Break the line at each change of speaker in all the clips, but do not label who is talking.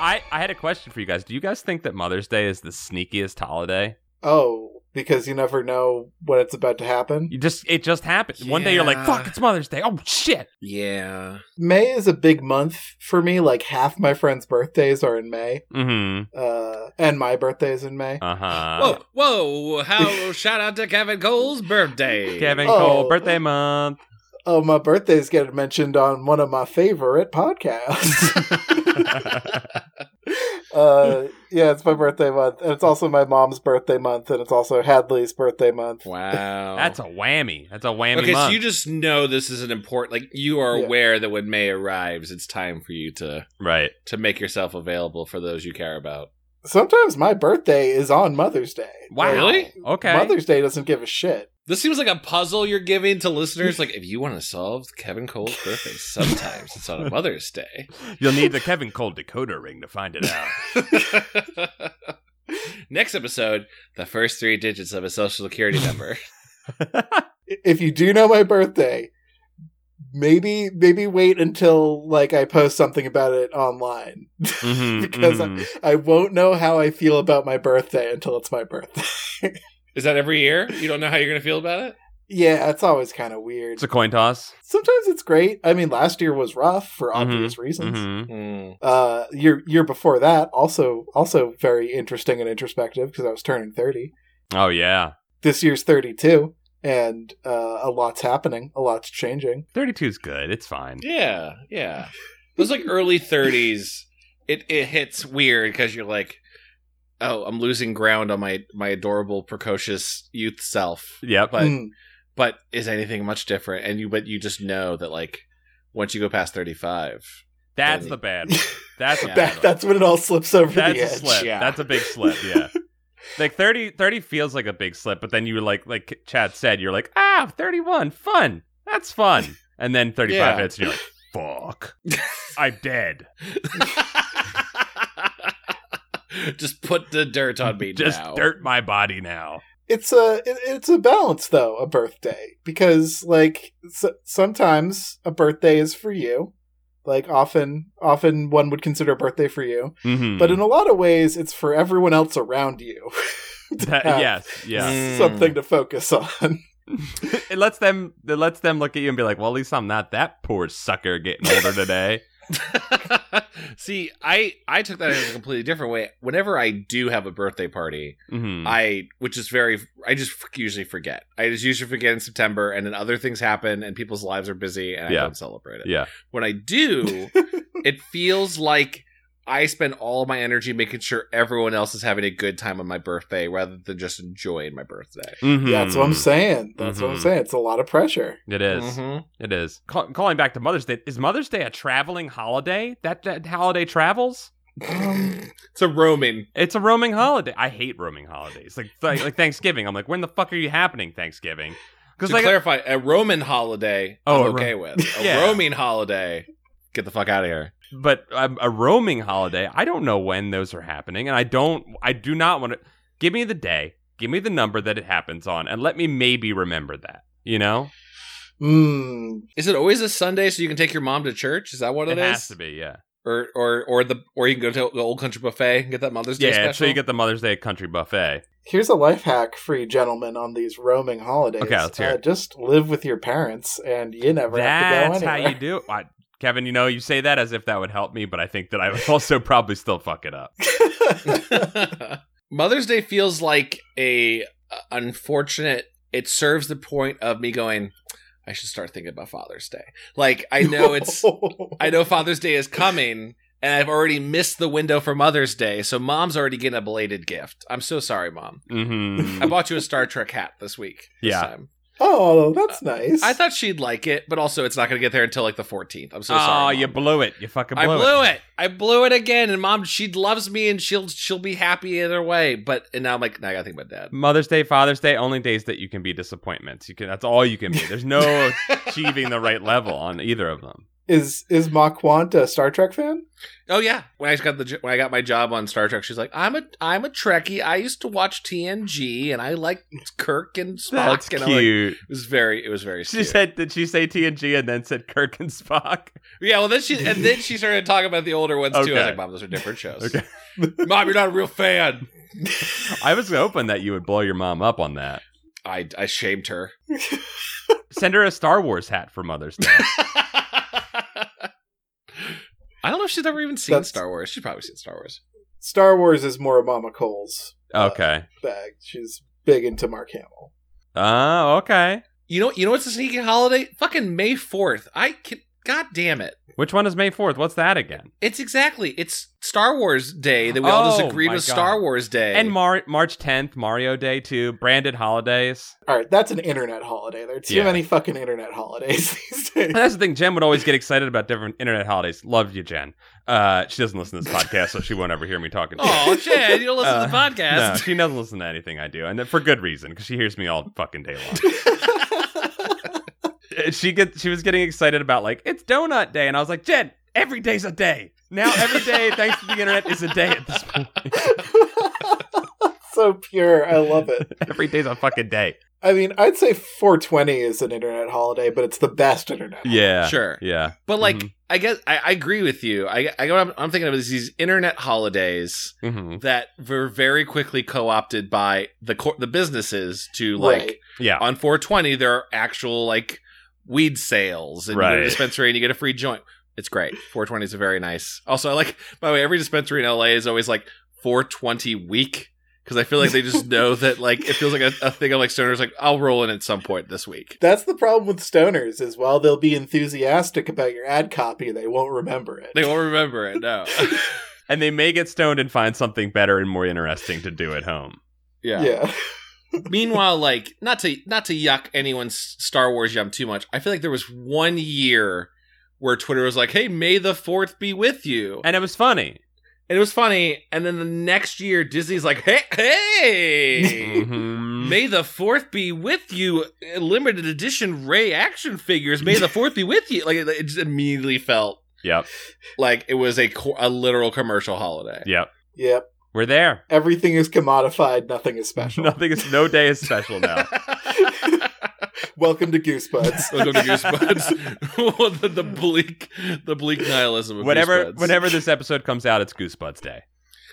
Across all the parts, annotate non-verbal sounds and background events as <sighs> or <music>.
I, I had a question for you guys. Do you guys think that Mother's Day is the sneakiest holiday?
Oh, because you never know when it's about to happen.
You just it just happens. One day you're like,
Yeah.
"Fuck, it's Mother's Day." Oh shit.
Yeah.
May is a big month for me. Like half my friends' birthdays are in May,
Mhm.
uh, and my birthday is in May.
Uh-huh.
Whoa, whoa! How shout out to Kevin Cole's
<laughs>
birthday.
Kevin
Oh.
Cole birthday month. <laughs>
Oh, my birthday's getting mentioned on one of my favorite podcasts. <laughs> uh, yeah, it's my birthday month, and it's also my mom's birthday month, and it's also Hadley's birthday month.
Wow.
That's a whammy. That's a whammy
okay.
month.
So you just know this is an important. Like you are
Yeah.
aware that when May arrives, it's time for you to
right.
to make yourself available for those you care about.
Sometimes my birthday is on Mother's Day.
Wow.
Really?
Okay.
Mother's Day doesn't give a shit.
This seems like a puzzle you're giving to listeners. Like, if you want to solve Kevin Cole's birthday, <laughs> sometimes it's on a Mother's <laughs> Day.
You'll need the Kevin Cole decoder ring to find it out.
Next episode, the first three digits of a social security number.
I- If you do know my birthday, maybe maybe wait until like I post something about it online. <laughs>
Mhm,
Because I-
mhm.
I won't know how I feel about my birthday until it's my birthday. <laughs>
Is that every year? You don't know how you're going to feel about it?
yeah, it's always kind of weird.
it's a coin toss.
Sometimes it's great. I mean, last year was rough for
Mhm,
obvious reasons.
Mhm.
Hmm.
Uh, year year before that also also very interesting and introspective because I was turning thirty.
Oh yeah.
This year's thirty two, and uh, a lot's happening, a lot's changing.
32 is good. It's fine.
Yeah, yeah. Those like early 30s, it, it hits weird because you're like, oh, I'm losing ground on my, my adorable, precocious youth self.
Yep.
But
Mm.
but is anything much different? And you but you just know that like once you go past 35.
That's the bad one. That's a
Yeah.
bad
that,
one.
that's when it all slips over
That's
the
a
edge.
slip.
yeah.
That's a big slip.
<laughs>
Yeah. like 30, 30 feels like a big slip, but then you were like, like Chad said, you're like, ah, 31, fun. That's fun. And then 35
Yeah.
hits and you're like, fuck. I'm
<laughs>
dead.
<laughs> just put the dirt on me
Just
now.
dirt my body now.
It's a it, it's a balance though a birthday because like s sometimes a birthday is for you, like often often one would consider a birthday for you,
Mhm.
but in a lot of ways it's for everyone else around you. to
That-
have
yes, <laughs>
<laughs>
yeah.
Mm.
something to focus on. <laughs>
It lets them it lets them look at you and be like, "Well, at least I'm not that poor sucker getting older
<laughs>
today."
<laughs> See, I I took that in a completely different way. Whenever I do have a birthday party,
Mhm.
I which is very I just f- usually forget. I just usually forget in September, and then other things happen, and people's lives are busy, and
Yeah.
I don't celebrate it.
yeah.
When
<laughs>
I do, it feels like I spend all my energy making sure everyone else is having a good time on my birthday rather than just enjoying my birthday.
Mhm.
Yeah, that's what I'm Mm-hmm. saying. That's what
Mhm.
I'm saying. It's a lot of
<sighs>
pressure.
It is.
Mhm.
It is. Ca- calling back to Mother's Day, is Mother's Day a traveling holiday? That that holiday travels?
It's a Roman.
It's a roaming holiday. I hate roaming holidays. Like like, like Thanksgiving. I'm like, when the fuck are you happening Thanksgiving?
To
Because like
clarify, a Roman holiday,
Oh, a Ro-
I'm
<laughs>
okay with. A
Yeah.
roaming holiday, get the fuck out of here.
but um, a roaming holiday i don't know when those are happening and i don't i do not want to give me the day give me the number that it happens on and let me maybe remember that you know
Mm,
Is it always a Sunday so you can take your mom to church? Is that what
it
it is?
has to be yeah
Or or or the or you can go to the old country buffet and get that Mother's Day
yeah
special.
so you get the mother's day country buffet
Here's a life hack for you gentlemen on these roaming holidays.
Okay, let's hear
uh,
it.
Just live with your parents, and you never have
that's
to go
how
anywhere.
you do it I, kevin you know you say that as if that would help me but i think that i would also probably still fuck it
<laughs>
up
<laughs>
Mother's Day feels like a uh, unfortunate. It serves the point of me going. I should start thinking about Father's Day. Like
<laughs>
I know it's. I know Father's Day is coming, and I've already missed the window for Mother's Day. So Mom's already getting a belated gift. I'm so sorry, Mom.
hmm
I bought you a Star Trek hat this week. this
Yeah.
time.
oh, that's nice.
I thought she'd like it, but also it's not going to get there until like the 14th. I'm so
oh
sorry.
you
Mom.
blew it you fucking
I
blew,
blew it. I blew it again, and mom, she loves me, and she'll she'll be happy either way. But and now I'm like, now I gotta think about dad.
Mother's Day, Father's Day, only days that you
<laughs>
can be disappointments. You can that's all you can be. There's no achieving the right level on either of them.
Is is Ma Quant a Star Trek fan?
Oh yeah, when I got the jo- when I got my job on Star Trek, she's like, "I'm a I'm a Trekkie. I used to watch TNG, and I like Kirk and Spock."
That's
and I'm like-
cute.
it was very it was very
she
cute.
said, did she say TNG and then said Kirk and Spock?
yeah, well then she and then she started talking about the older ones too. I
Okay.
was like, "Mom, those are different shows.
Okay.
<laughs> Mom, you're not a real fan." <laughs>
I was hoping that you would blow your mom up on that.
I I
<laughs>
shamed her.
Send her a Star Wars hat for Mother's
<laughs>
Day.
I don't know if she's ever even seen
That's-
Star Wars. She's probably seen Star Wars.
Star Wars is more Mama Cole's uh,
Okay.
bag. She's big into Mark Hamill.
Oh, okay.
You know, you know what's a sneaky holiday? Fucking May Fourth. I can. God damn it!
Which one is May 4th? What's that again?
It's exactly. It's Star Wars Day that we all just
Oh,
agreed
my
was
God.
Star Wars Day.
And Mar- March 10th, Mario Day too. Branded holidays.
All right, that's an internet holiday. There are too
Yeah.
many fucking internet holidays <laughs> these days.
<laughs>
And that's the thing. Jen would always get excited about different internet holidays. Love you, Jen. Uh, she doesn't listen to this podcast, so she won't ever hear me talking. shit.
<laughs> oh shit! You don't listen to the
Uh, No,
podcast.
she doesn't listen to anything I do, and for good reason, because she hears me all fucking day long. Uh, she get she was getting excited about like it's donut day, and I was like, Jen, every day's a day. Now every day, thanks to the internet, is a day at this point.
so pure. I love it.
Every day's a fucking day.
I mean, I'd say 420 is an internet holiday, but it's the best internet. holiday.
Yeah,
Sure,
yeah.
but like,
Mhm.
I guess I, I agree with you. I, I I'm, I'm thinking of is these internet holidays
hmm
that were very quickly co-opted by the cor- the businesses to like
Right.
Yeah,
on 420 there are actual like weed sales and you go to
Right.
a dispensary and you get a free joint it's great 420 is a very nice also i like by the way every dispensary in la is always like 420 week because i feel like they just know that like it feels like a, a thing of like stoners like i'll roll in at some point this week
That's the problem with stoners is while they'll be enthusiastic about your ad copy, they won't remember it.
they won't remember it no
and they may get stoned and find something better and more interesting to do at home.
yeah.
yeah. <laughs>
meanwhile like not to not to yuck anyone's star wars yum too much i feel like there was one year where twitter was like hey may the fourth be with you
And it was funny.
And it was funny. And then the next year, Disney's like, hey,
<laughs>
hey,
Mhm.
may the fourth be with you. uh, Limited edition Ray action figures. May the fourth be with you. Like it it just immediately felt
Yep,
like it was a co- a literal commercial holiday.
yep.
Yep.
We're there.
Everything is commodified, nothing is special.
Nothing is no day is
<laughs>
special now.
<laughs> Welcome to
<laughs>
<laughs>
Goosebuds.
Welcome to Goosebuds. the, the bleak, the bleak nihilism of
whenever
Goosebuds.
whenever this episode comes out, it's Goosebuds Day.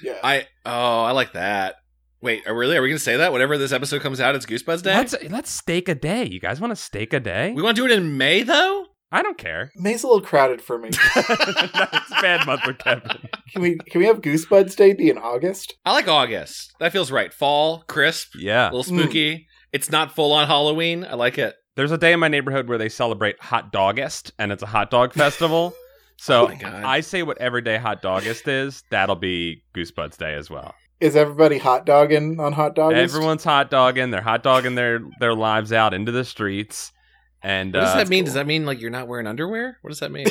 yeah.
I oh, I like that. Wait, are really? Are we gonna say that? Whenever this episode comes out, it's Goosebuds Day.
Let's let's stake a day. You guys want to stake a day?
We want to do it in May though.
I don't care. <laughs>
May's a little crowded for me.
That's a bad month for Kevin.
Can we can we have Goosebuds Day be in August?
I like August. That feels right. Fall, crisp, a
Yeah.
little spooky. It's not full on Halloween. I like it.
There's a day in my neighborhood where they celebrate Hot Dogist, and it's a hot dog <laughs> festival. So
Oh my God.
I say whatever day Hot Dogist is, that'll be Goosebuds Day as well.
Is everybody hot dogging on hot dogging?
Everyone's hot dogging. They're hot dogging their their lives out into the streets. And
What does
uh,
that mean?
cool.
Does that mean like you're not wearing underwear? What does that <laughs> mean?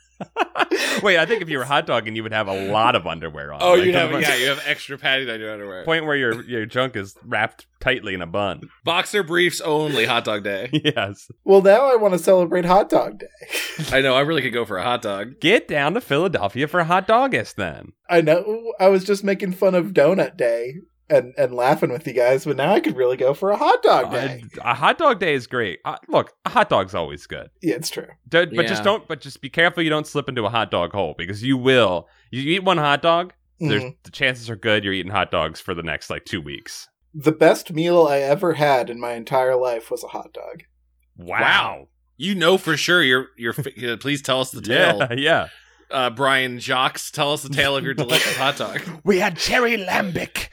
<laughs> wait, I think if you were hot dogging, you would have a lot of underwear on. Like, the-
you Oh, have extra padding on your
<laughs>
underwear.
Point where your your junk is wrapped tightly in a bun. <laughs>
Boxer briefs only. Hot dog <laughs> day.
Yes.
Well, now I want to celebrate Hot Dog Day.
I know. I really could go for a hot dog.
Get down to Philadelphia for Hot Dogist then.
I know I was just making fun of Donut Day and and laughing with you guys, but now I could really go for a hot dog day.
Uh, a hot dog day is great. Uh, look, a hot dog's always good.
yeah, it's true.
Do- but just
Yeah.
don't. But just be careful you don't slip into a hot dog hole because you will. You, you eat one hot dog, there's,
Mhm.
the chances are good you're eating hot dogs for the next like two weeks.
The best meal I ever had in my entire life was a hot dog.
Wow.
You know for sure. You're you're. fi- Please tell us the tale.
Yeah, <laughs> yeah.
Uh, Brian Jocks, tell us the tale <laughs> of your delicious hot dog.
We had cherry lambic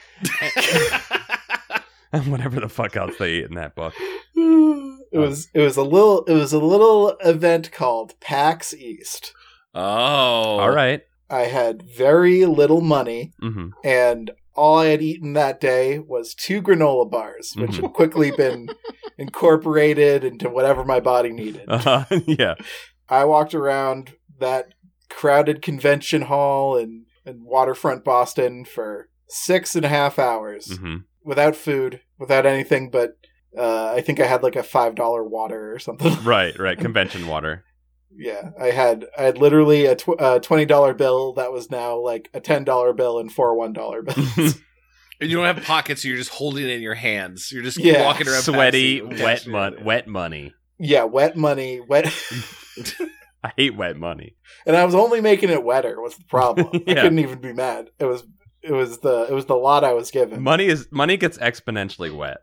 and <laughs> whatever the fuck else they eat in that book.
It was it was a little it was a little event called PAX East.
oh,
All right.
I had very little money,
Mm-hmm.
and all I had eaten that day was two granola bars, which
Mhm. <laughs>
had quickly been incorporated into whatever my body needed.
Uh, <laughs> yeah.
I walked around that crowded convention hall in, in waterfront Boston for six and a half hours
Mm-hmm.
without food, without anything but Uh, I think I had like a five dollar water or something. <laughs>
Right, right. Convention
<laughs>
water.
yeah, I had I had literally a, tw- a twenty dollar bill that was now like a ten dollar bill and four one dollar bills.
And you don't have pockets, so you're just holding it in your hands. You're just
Yeah.
walking around
Sweaty,
Pepsi.
wet, mon- wet money.
yeah, wet money, wet, <laughs>
I hate wet money.
and I was only making it wetter was the problem. I
Yeah.
couldn't even be mad. It was it was the it was the lot I was given.
Money is money gets exponentially wet.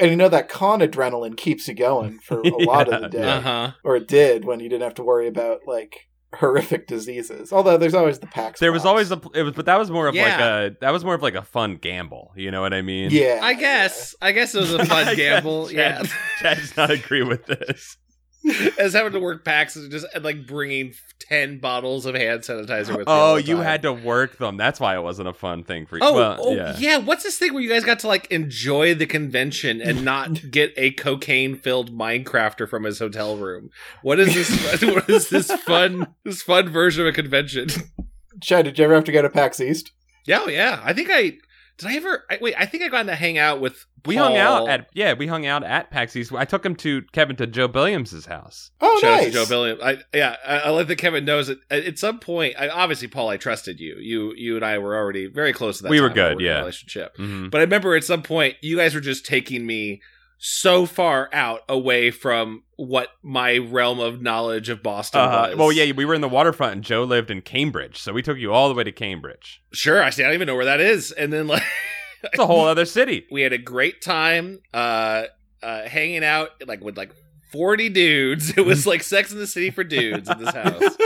and you know that con adrenaline keeps you going for a lot of the
Yeah,
day,
yeah.
<laughs> Uh-huh.
or it did when you didn't have to worry about like horrific diseases. Although there's always the pax.
There was
box.
always a it was, but that was more of like
Yeah.
a that was more of like a fun gamble. You know what I mean? <laughs>
yeah.
I guess. I guess it was a
I
fun
guess,
gamble. Yeah.
Chad- Chad does not agree with this.
<laughs> As having to work packs and just and like bringing 10 bottles of hand sanitizer with
Oh,
all the
you
time.
had to work them. That's why it wasn't a fun thing for you.
Oh,
Well,
oh yeah.
yeah.
What's this thing where you guys got to like enjoy the convention and
<laughs>
not get a cocaine-filled Minecrafter from his hotel room? What is this? <laughs> what is this fun? This fun version of a convention? <laughs>
Chad, did you ever have to go to PAX East?
Yeah, oh, yeah. I think I did. I ever I, wait. I think I got to hang out with.
We hung out
Paul.
at yeah, we hung out at PAX East. I took him to Kevin to Joe Billiams' house.
Oh,
Shout out to
nice.
Joe Billiam. I, yeah, I, I like that Kevin knows that at, at some point. I, obviously, Paul, I trusted you. You, you and I were already very close. At that
We were
time in our
good,
working
yeah.
relationship.
Mhm.
But I remember at some point you guys were just taking me so far out away from what my realm of knowledge of Boston
Uh,
was.
well, yeah, we were in the waterfront, and Joe lived in Cambridge, so we took you all the way to Cambridge.
sure. I, see, I don't even know where that is. And then like <laughs>
It's a whole other city.
we had a great time uh, uh, hanging out like with like 40 dudes. <laughs> It was like Sex in the City for dudes
<laughs>
in this house.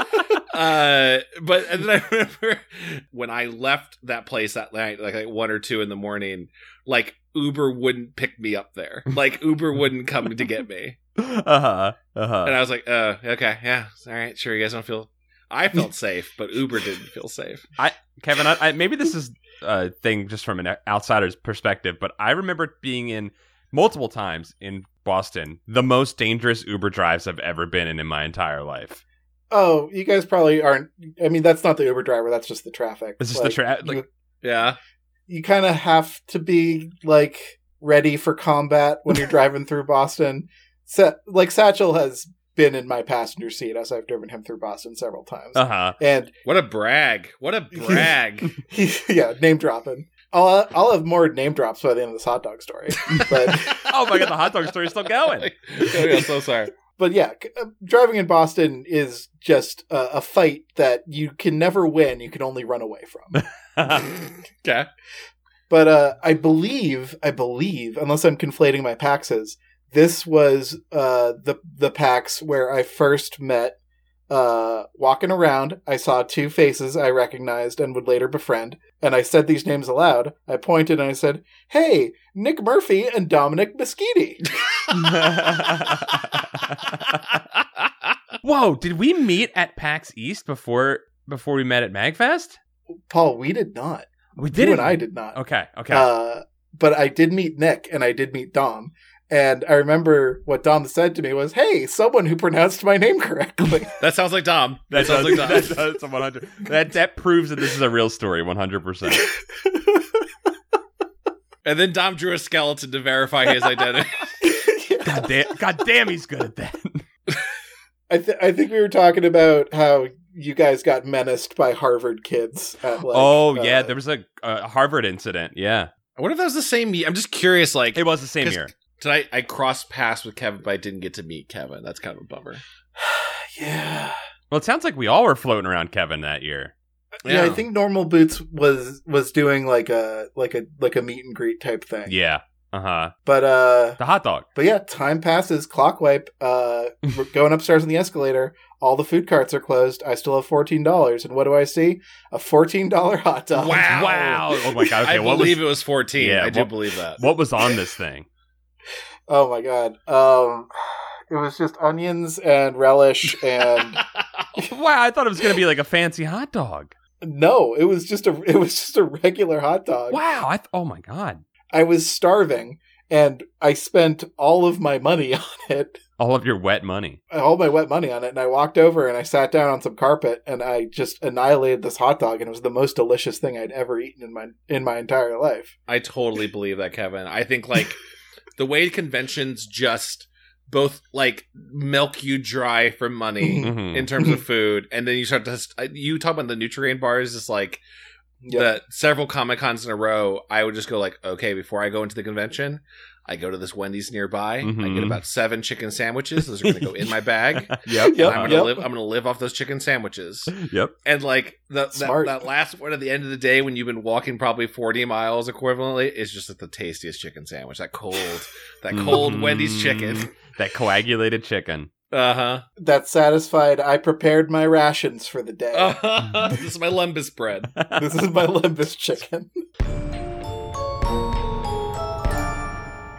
Uh, but and then I <laughs> remember when I left that place that night, like at one or two in the morning, like Uber wouldn't pick me up there. Like Uber wouldn't come to get me.
Uh huh. Uh
And
huh.
I was like, uh, okay, yeah, all right, sure. You guys don't feel. I felt safe, but Uber didn't feel safe.
Kevin, I, I, maybe this is a thing just from an outsider's perspective, but I remember being in multiple times in Boston, the most dangerous Uber drives I've ever been in in my entire life.
Oh, you guys probably aren't. I mean, that's not the Uber driver. That's just the traffic.
It's just the traffic. Like,
you,
Yeah,
you kind of have to be like ready for combat
<laughs>
when you're driving through Boston. Sa- like Satchel has been in my passenger seat as I've driven him through Boston several times,
uh huh.
and
what a brag! What a brag!
<laughs> he, yeah, name dropping. I'll I'll have more name drops by the end of this hot
<laughs>
dog story, but.
Oh my god,
<laughs>
the hot dog story's still
<laughs>
going. <laughs>
oh, yeah, so sorry.
but yeah, c- uh, driving in Boston is just a, a fight that you can never win. You can only run away from.
Ah.
okay.
but uh, I believe, I believe, unless I'm conflating my paxes, this was uh, the the pax where I first met. Uh, walking around, I saw two faces I recognized and would later befriend, and I said these names aloud. I pointed and I said, "Hey, Nick Murphy and Dominic Moschini."
Whoa, did we meet at PAX East before before we met at MagFest?
<laughs> Paul, we did not.
We
You
didn't.
and I did not.
Okay, okay.
Uh, but I did meet Nick and I did meet Dom. And I remember what Dom said to me was, Hey, someone who pronounced my name <laughs> correctly.
that sounds like Dom. That, sounds like
<laughs>
Dom.
that, does- 100 that that proves that this is a real story 100%.
and then Dom drew a skeleton to verify
<laughs>
his identity.
<laughs>
<laughs>
Yeah.
God damn, God damn he's good at that.
I, th- I think we were talking about how you guys got menaced by Harvard kids. At like,
oh yeah,
uh,
there was a, a Harvard incident. Yeah.
I wonder if that was the same. ye- I'm just curious. Like
It was the same
'Cause-
year.
tonight, I crossed paths with Kevin, but I didn't get to meet Kevin. That's kind of a bummer.
yeah.
Well, it sounds like we all were floating around Kevin that year.
yeah. I think Normal Boots was was doing like a like a like a meet and greet type thing.
Yeah. Uh-huh.
But uh
The hot dog.
But yeah, time passes, clock wipe,
<laughs>
uh, we're going upstairs on the escalator. All the food carts are closed. I still have $14. And what do I see? A $14 hot dog.
Wow.
Wow. Oh my god. Okay,
<laughs> I
what was
believe it was 14.
Yeah,
I do
what-
believe that.
what was on this thing?
<laughs> Oh my God. Um, it was just onions
<laughs>
and relish. And
wow, I thought it was going to be like a fancy hot dog.
no, <laughs> it was just a, it was just a regular hot dog.
Wow. I th- oh my god.
I was starving and I spent all of my money <laughs> on it,
All of your wet
<laughs>
money.
all my wet money on it, and I walked over and I sat down on some carpet and I just annihilated this hot dog, and it was the most delicious thing I'd ever eaten in my in my entire life.
<laughs> I totally believe that, Kevin. I think like the way conventions just both like milk you dry for money
Mhm.
in terms of food, and then you start to you talk about the nutrient bars is like
Yeah,
the several Comic Cons in a row. I would just go like, okay, before I go into the convention, I go to this Wendy's nearby. I get
Mhm.
about seven chicken sandwiches. Those are gonna go in my bag.
yep.
and
Yep,
I'm
Uh,
gonna
yep.
live. I'm gonna live off those chicken sandwiches.
yep.
And like the, that,
Smart.
that last one at the end of the day, when you've been walking probably forty miles equivalently, is just like the tastiest chicken sandwich. That cold, that cold
Mhm.
Wendy's chicken.
That coagulated chicken. <laughs>
Uh huh.
that satisfied. I prepared my rations for the day.
Uh-huh. <laughs> this is my lumbus bread.
This is my <laughs> limbus chicken.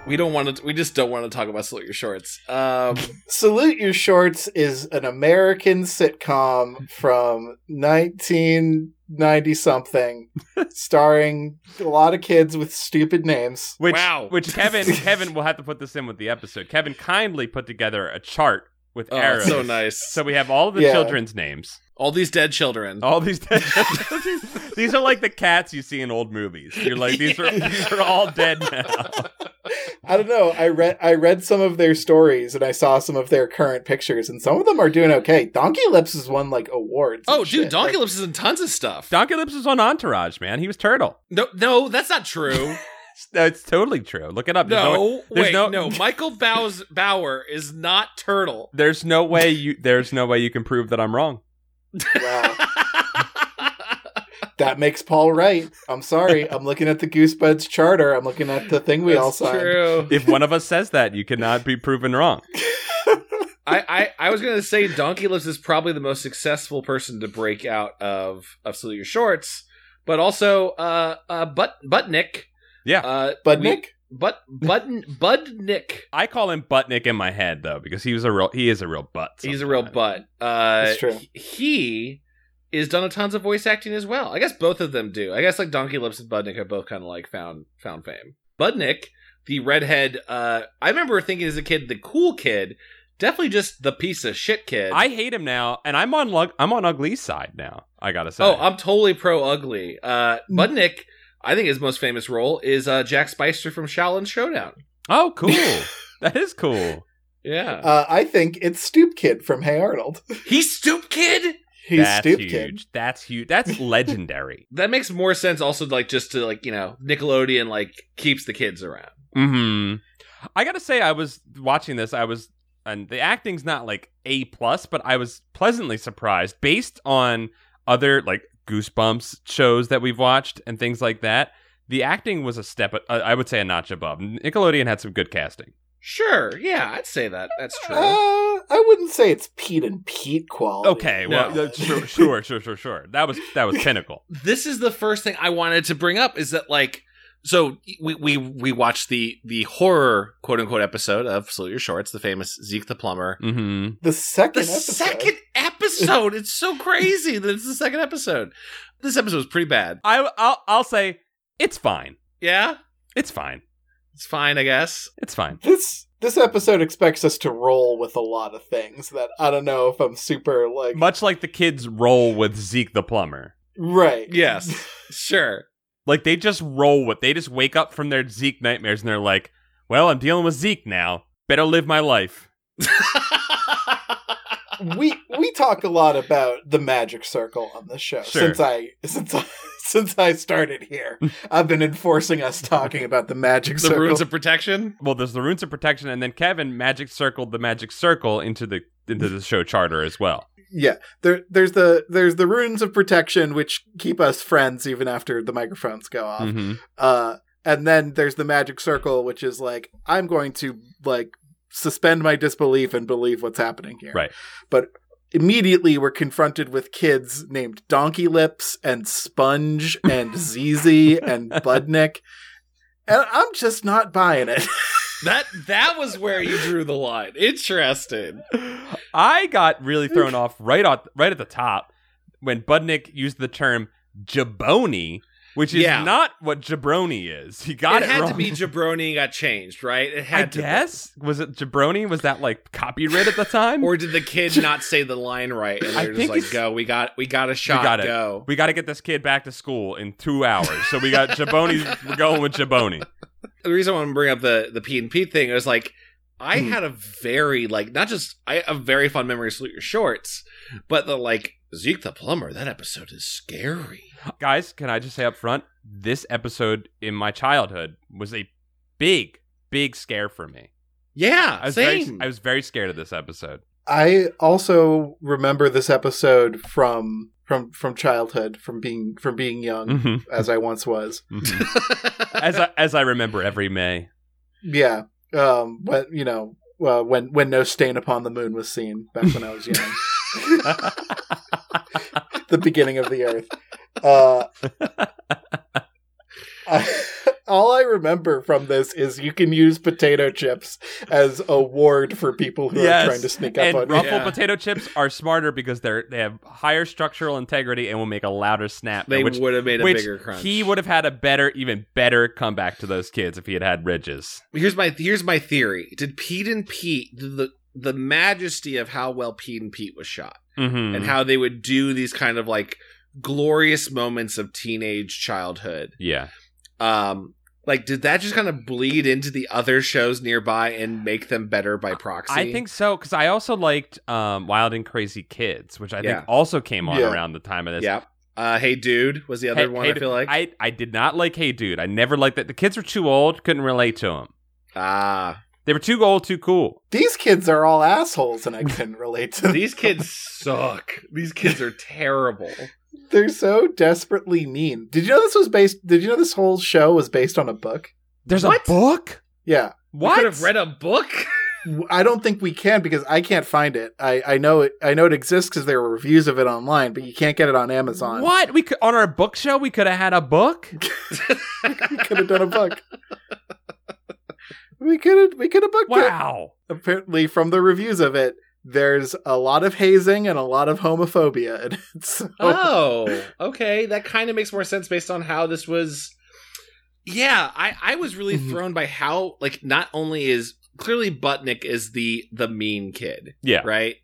We don't want to. We just don't want to talk about salute your shorts.
<laughs>
Um,
Salute Your Shorts is an American sitcom from 1990
<laughs>
something, starring a lot of kids with stupid names.
Which,
Wow.
which
<laughs>
Kevin, Kevin, will have to put this in with the episode. Kevin kindly put together a chart with
oh,
arrows.
it's so nice.
So we have all of the
Yeah.
children's names.
all these dead children.
All these <laughs> these are like the cats you see in old movies. You're like these
<laughs>
are these are all dead now.
I don't know. I read I read some of their stories and I saw some of their current pictures, and some of them are doing okay. Donkey Lips has won like awards. and
oh, dude,
shit.
Donkey
Like,
Lips is in tons of stuff.
Donkey Lips was on Entourage, man. He was Turtle.
no, no, that's not true.
No, it's totally true. Look it up. <laughs> There's no,
no,
there's
wait,
no-
no. Michael Bowes, Bauer is not turtle.
<laughs> there's no way you there's no way you can prove that I'm wrong.
wow,
<laughs>
that makes Paul right. I'm sorry. I'm looking at the Goosebuds charter. I'm looking at the thing we all
That's
signed.
true.
If one of us says that, you cannot be proven wrong.
I, I, I was gonna say Donkey Lips is probably the most successful person to break out of of Salute Your Shorts, but also uh uh But Butnick.
Yeah.
Uh
But
we-
Nick,
But Button Budnick.
I call him Buttnick in my head though, because he was a real he is a real butt.
He's a real
sometimes.
butt. Uh
That's true.
he- he is done a tons of voice acting as well. I guess both of them do. I guess like Donkey Lips and Budnick have both kind of like found found fame. Budnick, the redhead, uh I remember thinking as a kid the cool kid, definitely just the piece of shit kid.
I hate him now, and I'm on lug- I'm on ugly side now. I gotta say.
Oh, I'm totally pro ugly. Uh, Budnick, I think his most famous role is uh, Jack Spicer from Shaolin Showdown.
oh
<laughs>
cool. that is cool.
Yeah,
uh, I think it's Stoop Kid from Hey Arnold.
<laughs>
<laughs>
he's Stoop Kid.
<laughs> He's
That's
Stoop
huge.
Kid.
That's huge.
<laughs>
That's legendary.
That makes more sense. Also, like just to like you know, Nickelodeon like keeps the kids around.
hmm I gotta say, I was watching this. I was, and the acting's not like a plus, but I was pleasantly surprised based on other like Goosebumps shows that we've watched and things like that. The acting was a step, uh, I would say, a notch above. Nickelodeon had some good casting.
Sure, yeah, I'd say that. That's true.
Uh, I wouldn't say it's Pete and Pete quality.
Okay, well,
No.
uh,
<laughs>
sure, sure, sure, sure, sure. That was that was pinnacle.
this is the first thing I wanted to bring up is that like so we we we watched the the horror quote unquote episode of Salute Your Shorts, the famous Zeke the Plumber.
hmm
the second
the
episode.
second episode. It's so crazy that it's the second episode. This episode was pretty bad.
I I'll, I'll say it's fine.
Yeah,
It's fine.
it's fine, I guess.
It's fine.
This this episode expects us to roll with a lot of things that I don't know if I'm super like
Much like the kids roll with Zeke the plumber.
right.
Yes, sure. <laughs>
Like they just roll with. They just wake up from their Zeke nightmares and they're like, "Well, I'm dealing with Zeke now. Better live my life."
<laughs> we we talk a lot about the magic circle on this show
Sure.
since I since I <laughs> since I started here. I've been enforcing us talking about the magic
the
circle.
runes of protection.
Well, there's the runes of protection, and then Kevin magic circled the magic circle into the into the show charter as well.
yeah. There there's the there's the runes of protection which keep us friends even after the microphones go off.
Mhm.
Uh, and then there's the magic circle, which is like I'm going to like suspend my disbelief and believe what's happening here.
Right.
But immediately we're confronted with kids named Donkey Lips and Sponge and ZZ and Budnick, and I'm just not buying it. <laughs>
That that was where you drew the line. Interesting.
I got really thrown off right off right at the top when Budnick used the term jaboni which is
Yeah.
not what jabroni is. He got it,
had
wrong.
to be jabroni and got changed, right? It
I
had to be.
guess was it jabroni? Was that like copyright at the time?
Or did the
<laughs>
kid not say the line right and
I
they're
think
just like,
it's-
go, we got we got a shot,
got it.
go.
we got to get this kid back to school in two hours. So we got Jaboni's.
<laughs>
We're going with Jaboni.
The reason I want to bring up the the P and P thing is like I
Hmm.
had a very like not just I have a very fun memory of Salute Your Shorts, but the like Zeke the Plumber, that episode is scary.
Guys, can I just say up front? This episode in my childhood was a big, big scare for me.
Yeah.
I was
same.
very,
<laughs>
I was very scared of this episode.
I also remember this episode from from from childhood, from being from being young
Mhm,
as I once was.
mhm. as I, as I remember every May.
Yeah. Um but you know, uh, when when no stain upon the moon was seen back when I was young.
<laughs>
the beginning of the earth. Uh I- all I remember from this is you can use potato chips as a ward for people who
Yes.
are trying to sneak up
and
on
ruffle
you.
Yeah.
potato chips are smarter because they're they have higher structural integrity and will make a louder snap.
they
which
would have made a
which
bigger crunch.
he would have had a better, even better comeback to those kids if he had had ridges.
here's my here's my theory. Did Pete and Pete did the the majesty of how well Pete and Pete was shot
Mhm.
and how they would do these kind of like glorious moments of teenage childhood.
yeah,
Um like did that just kind of bleed into the other shows nearby and make them better by proxy?
I think so because I also liked um, Wild and Crazy Kids, which I
Yeah.
think also came on
Yeah.
around the time of this.
Yeah. Uh Hey Dude was the other
Hey-
one
Hey
I feel like.
I I did not like Hey Dude. I never liked that. The kids were too old, couldn't relate to them.
ah.
They were too old, too cool.
These kids are all assholes and I couldn't relate to
<laughs>
them.
These kids suck. These kids are terrible.
They're so desperately mean. Did you know this was based did you know this whole show was based on a book?
There's
What?
a book.
Yeah.
I
What?
could have read a book.
I don't think we can because I can't find it. I, I know it. I know it exists because there were reviews of it online, but you can't get it on Amazon.
What? We could on our book show. We could have had a book.
We could have done a book. we could have. We could have booked it.
Wow.
Apparently, from the reviews of it, there's a lot of hazing and a lot of homophobia. in it. <laughs> So,
Oh, okay. That kind of makes more sense based on how this was. Yeah, I I was really
Mhm.
thrown by how like not only is clearly Butnick is the the mean kid,
Yeah.
right?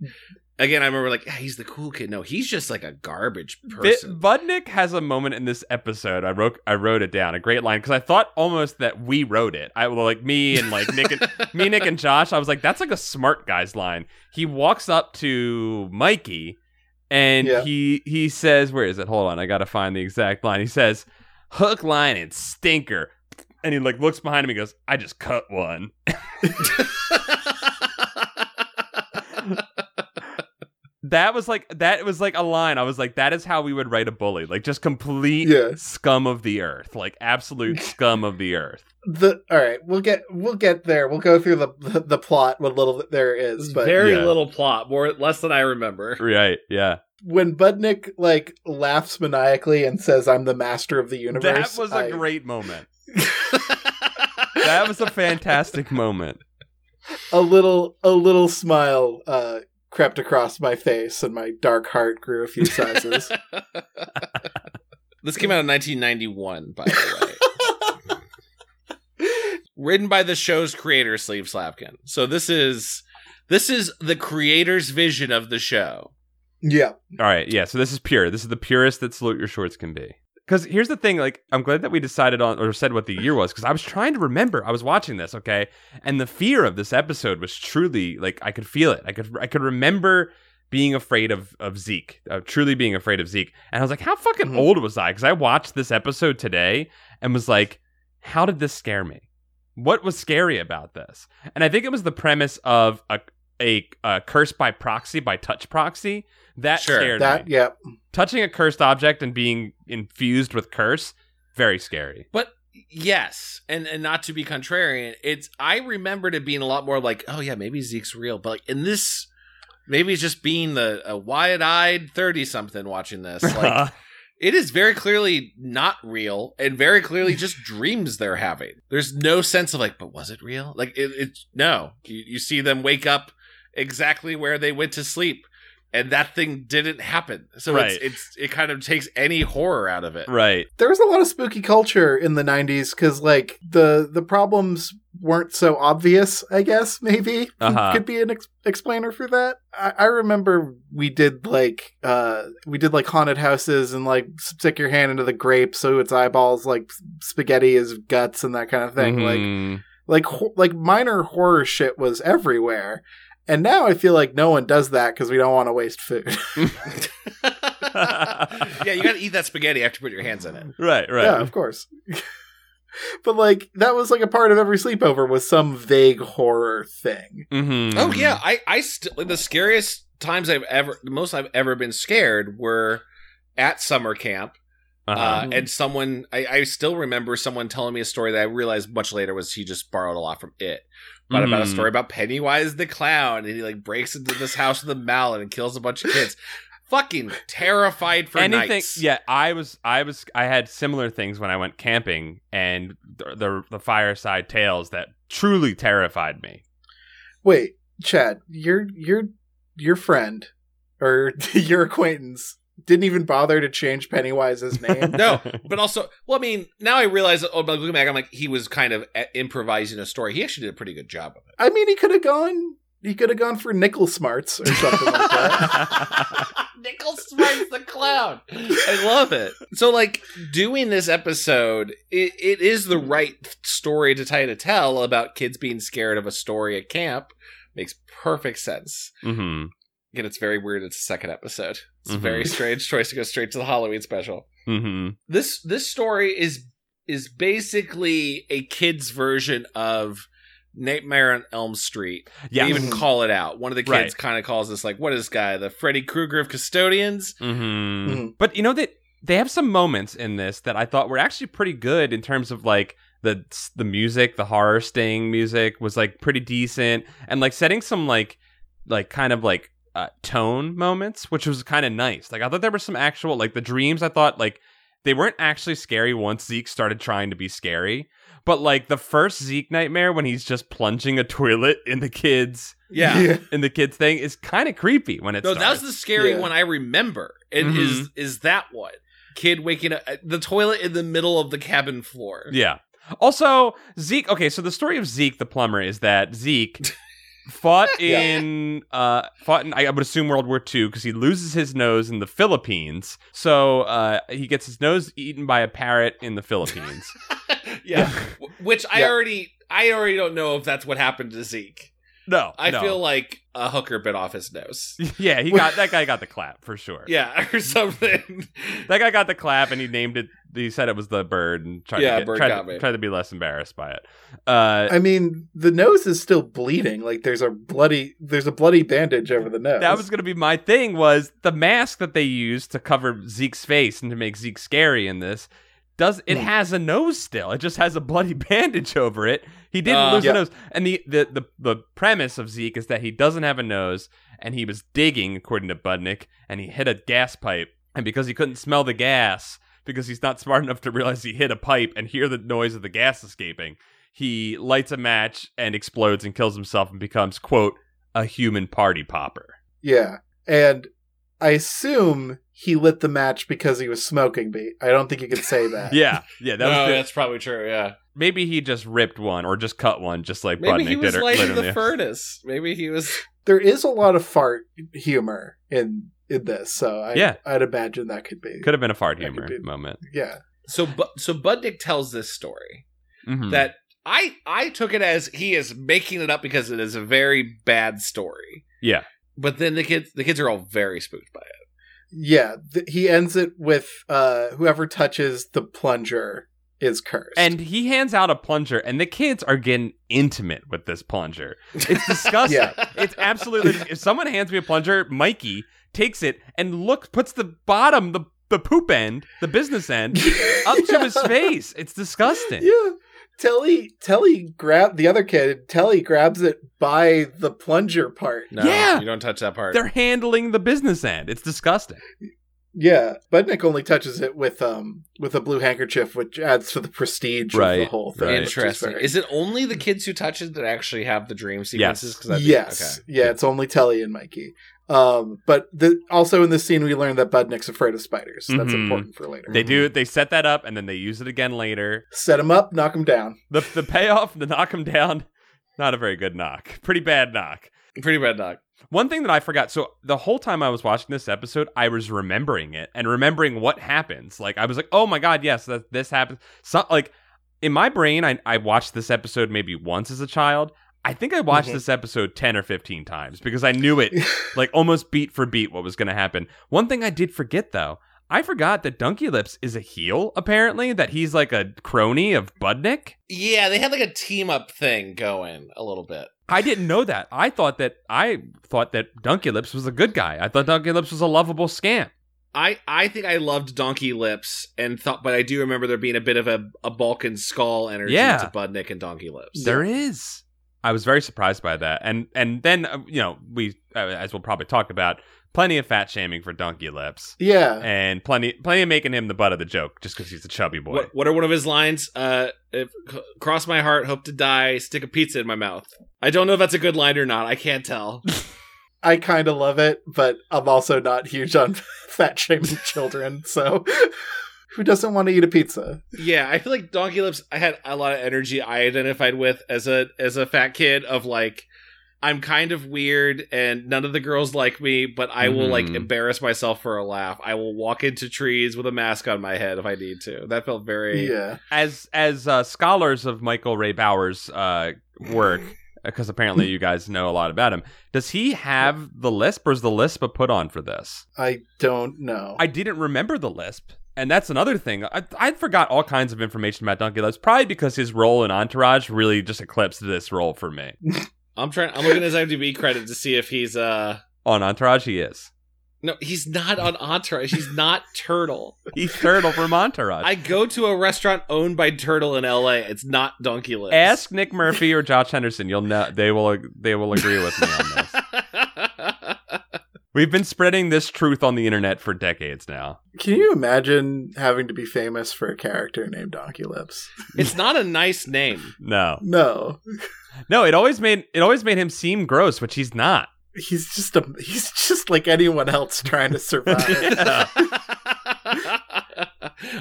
Again, I remember like "Ah, he's the cool kid. No, he's just like a garbage
Bit,
<laughs> person.
Budnick has a moment in this episode. I wrote I wrote it down. A great line because I thought almost that we wrote it. I well, like me and like Nick and me, Nick and Josh. I was like, that's like a smart guy's line. He walks up to Mikey, and
Yeah.
he he says, "Where is it? Hold on, I gotta find the exact line." He says, "Hook, line, and stinker." And he like looks behind him. and goes, "I just cut one." That was like that was like a line. I was like, that is how we would write a bully. Like just complete
Yeah.
scum of the earth. Like absolute scum of the earth.
the all right, we'll get we'll get there. We'll go through the the, the plot what little that there is. But
Very
Yeah.
little plot, more less than I <laughs> remember.
Right. Yeah.
when Budnick like laughs maniacally and says, "I'm the master of the universe,"
That was a
I-
great moment. That was a fantastic moment.
a little a little smile uh, crept across my face and my dark heart grew a few sizes
This came out in 1991, by the way. Written by the show's creator, Sleeve Slavkin. So this is this is the creator's vision of the show.
yeah
All right. Yeah. So this is pure. This is the purest that salute your shorts can be. Because here's the thing. Like, I'm glad that we decided on or said what the year was. Because I was trying to remember. I was watching this. Okay. And the fear of this episode was truly like I could feel it. I could I could remember being afraid of of Zeke. Of truly being afraid of Zeke. And I was like, how fucking
Mhm.
old was I? Because I watched this episode today and was like, how did this scare me? What was scary about this? And I think it was the premise of a a, a curse by proxy by touch proxy that
Sure.
scared
that
me.
yeah
Touching a cursed object and being infused with curse, very scary.
But yes, and and not to be contrarian, it's I remembered it being a lot more like, oh yeah, maybe Zeke's real, but like in this, maybe it's just being the a wide-eyed thirty-something watching this.
<laughs>
Like it is very clearly not real, and
<laughs>
very clearly just dreams they're having. There's no sense of like, but was it real? Like it, it no. You, you see them wake up exactly where they went to sleep. and that thing didn't happen. So
Right.
it's, it's it kind of takes any horror out of it.
Right. <laughs>
there was a lot of spooky culture in the 90s because like the the problems weren't so obvious i guess maybe
Uh-huh.
could be an ex- explainer for that I-, I remember we did like uh we did like haunted houses and like stick your hand into the grape so its eyeballs like s- spaghetti is guts and that kind of thing like
Mhm.
like ho- like minor horror shit was everywhere and now i feel like no one does that because we don't want to waste food
<laughs>
<laughs>
yeah, you gotta eat that spaghetti after you put your hands in it.
right, right.
Yeah, of course. <laughs> but like that was like a part of every sleepover was some vague horror thing.
Mhm.
Oh yeah, I I still like, the scariest times I've ever the most I've ever been scared were at summer camp, uh
Uh-huh.
and someone I, I still remember someone telling me a story that I realized much later was he just borrowed a lot from it, but about a
Mhm.
story about Pennywise the clown, and he like breaks into this house with a mallet and kills a bunch of kids. Fucking terrified for
anything
nights.
yeah i was i was i had similar things when i went camping and the, the the fireside tales that truly terrified me
Wait, Chad, your your your friend or <laughs> your acquaintance didn't even bother to change Pennywise's
<laughs>
name.
No, but also, well, I mean, now I realize. Oh, but looking back, I'm like, he was kind of eh, improvising a story. He actually did a pretty good job of it.
I mean, he could have gone. He could have gone for nickel smarts or something like that.
<laughs> Nickel Smart's the clown. I love it. So, like, doing this episode, it, it is the right story to try to tell about kids being scared of a story at camp. Makes perfect sense.
hmm
Again, it's very weird. It's a second episode. It's
Mhm.
a very strange choice to go straight to the Halloween special.
hmm
this this story is is basically a kid's version of Nightmare on Elm Street.
yeah
They even call it out. One of the kids
Right.
kind of calls this like, "What is this guy? The Freddy Krueger of custodians?"
hmm
Mhm.
But you know that they have some moments in this that I thought were actually pretty good in terms of like the the music, the horror sting music was like pretty decent, and like setting some like like kind of like uh, tone moments, which was kind of nice. Like I thought there were some actual like the dreams. I thought like they weren't actually scary once Zeke started trying to be scary. But like the first Zeke nightmare when he's just plunging a toilet in the kids
<laughs>
<laughs>
Yeah.
in the kids thing is kind of creepy when it's
No, that was the scary
Yeah.
one I remember. It is
Mhm.
is that one. Kid waking up the toilet in the middle of the cabin floor.
Yeah. Also, Zeke. Okay, so the story of Zeke the plumber is that
<laughs>
Zeke fought
Yeah.
in uh fought in I I would assume World War II because he loses his nose in the Philippines. So uh he gets his nose eaten by a parrot in the
<laughs>
Philippines.
yeah. W- Which I
Yeah.
already I already don't know if that's what happened to Zeke.
no,
I
no.
feel like a hooker bit off his nose.
<laughs> yeah, he got that guy got the clap for sure.
Yeah, <laughs> or something.
<laughs> That guy got the clap and he named it. He said it was the bird and tried
Yeah,
to get,
bird
tried,
got
to,
me.
tried to be less embarrassed by it. Uh,
I mean, the nose is still bleeding. Like there's a bloody there's a bloody bandage over the nose.
that was going to be my thing was the mask that they used to cover Zeke's face and to make Zeke scary in this does it
Hmm.
has a nose still it just has a bloody <laughs> bandage over it he didn't
Uh,
lose
Yeah.
a nose and the, the the the premise of Zeke is that he doesn't have a nose and he was digging according to Budnick and he hit a gas pipe and because he couldn't smell the gas because he's not smart enough to realize he hit a pipe and hear the noise of the gas escaping he lights a match and explodes and kills himself and becomes quote a human party popper
Yeah. And I assume he lit the match because he was smoking me. I don't think you could say
<laughs>
that.
Yeah, yeah, that
no,
was the,
that's probably true. Yeah,
maybe he just ripped one or just cut one, just like
maybe
Budnick
he was
did. Or,
lighting
literally.
the furnace. Maybe he was.
There is a lot of fart humor in in this, so I
Yeah.
I'd imagine that could be.
Could have been a fart
That could
humor
be.
moment.
yeah.
So, Bu- so Budnick tells this story
Mhm.
that I I took it as he is making it up because it is a very bad story.
Yeah.
But then the kids the kids are all very spooked by it.
Yeah, th- he ends it with uh whoever touches the plunger is cursed. <laughs>
and he hands out a plunger, and the kids are getting intimate with this plunger. It's disgusting.
Yeah.
<laughs> It's absolutely. If someone hands me a plunger, Mikey takes it and look puts the bottom the the poop end, the business
<laughs>
end, up to his face. It's disgusting.
Yeah. Telly Telly grab the other kid, Telly grabs it by the plunger part.
No,
Yeah.
you don't touch that part.
They're handling the business end. It's disgusting.
Yeah, Budnick only touches it with um with a blue handkerchief, which adds to the prestige of
Right,
the whole thing.
right.
which is
Interesting.
very-
Is it only the kids who touch it that actually have the dream sequences? 'Cause I think-
yes, yeah, it's only Telly and Mikey. Um, but the, also in this scene, we learn that Budnick's afraid of spiders. That's
Mhm.
important for later.
They do. They set that up, and then they use it again later.
Set him up, knock him down. <laughs>
The the payoff, the knock him down, not a very good knock. Pretty bad knock.
Pretty bad dog.
One thing that I forgot. So the whole time I was watching this episode, I was remembering it and remembering what happens. Like I was like, oh my god, yes, that this happens. So, like in my brain, I I watched this episode maybe once as a child. I think I watched
Mhm.
this episode ten or fifteen times because I knew
<laughs>
it like almost beat for beat what was going to happen. One thing I did forget though, I forgot that Donkey Lips is a heel apparently. That he's like a crony of Budnick.
Yeah, they had like a team up thing going a little bit.
I didn't know that. I thought that I thought that Donkey Lips was a good guy. I thought Donkey Lips was a lovable scamp.
I, I think I loved Donkey Lips and thought, but I do remember there being a bit of a, a Balkan skull energy
Yeah.
to Budnick and Donkey Lips.
There is. I was very surprised by that, and and then uh, you know we uh, as we'll probably talk about plenty of fat shaming for Donkey Lips.
yeah.
And plenty, plenty of making him the butt of the joke just because he's a chubby boy.
What, what are one of his lines? Uh, if, c- cross my heart, hope to die, stick a pizza in my mouth. I don't know if that's a good line or not. I can't tell.
I kind of love it, but I'm also not huge on <laughs> fat shaming children. So, <laughs> who doesn't want to eat a pizza?
<laughs> yeah, I feel like Donkey Lips. I had a lot of energy I identified with as a as a fat kid of like, I'm kind of weird and none of the girls like me, but I will like
Mhm.
embarrass myself for a laugh. I will walk into trees with a mask on my head if I need to. That felt very
Yeah.
as as uh, scholars of Michael Ray Bauer's uh, work, because apparently you guys know a lot about him. Does he have the lisp, or is the lisp a put on for this?
I don't know.
I didn't remember the lisp, and that's another thing. I I forgot all kinds of information about Donkey Lips, probably because his role in Entourage really just eclipsed this role for me.
I'm trying. I'm looking at his IMDb credit to see if he's uh.
On Entourage, he is.
No, he's not on Entourage. He's not Turtle.
He's Turtle from Entourage.
<laughs> I go to a restaurant owned by Turtle in L.A. It's not Donkey
<laughs>
Lips.
Ask Nick Murphy or Josh Henderson. You'll know they will they will agree with me on
<laughs>
this. We've been spreading this truth on the internet for decades now.
Can you imagine having to be famous for a character named Donkey Lips?
<laughs> it's not a nice name. <laughs>
No.
No,
No, it always made it always made him seem gross, which he's not.
he's just a he's just like anyone else trying to
<laughs>
survive.
Yeah.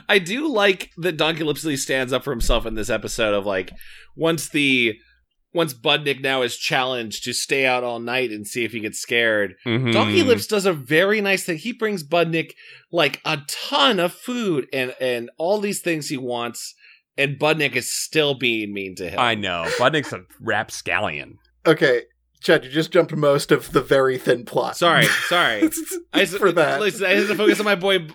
I do like that Donkey Lipsley stands up for himself in this episode of like once the once Budnick now is challenged to stay out all night and see if he gets scared.
Hmm.
Donkey
Mm-hmm.
Lips does a very nice thing. He brings Budnick like a ton of food and and all these things he wants, and Budnick is still being mean to him.
I know. Budnick's a rapscallion.
okay, Chad, you just jumped most of the very thin plot. <laughs>
sorry,
<laughs>
sorry. I s-
for that.
listen, I had to focus on my boy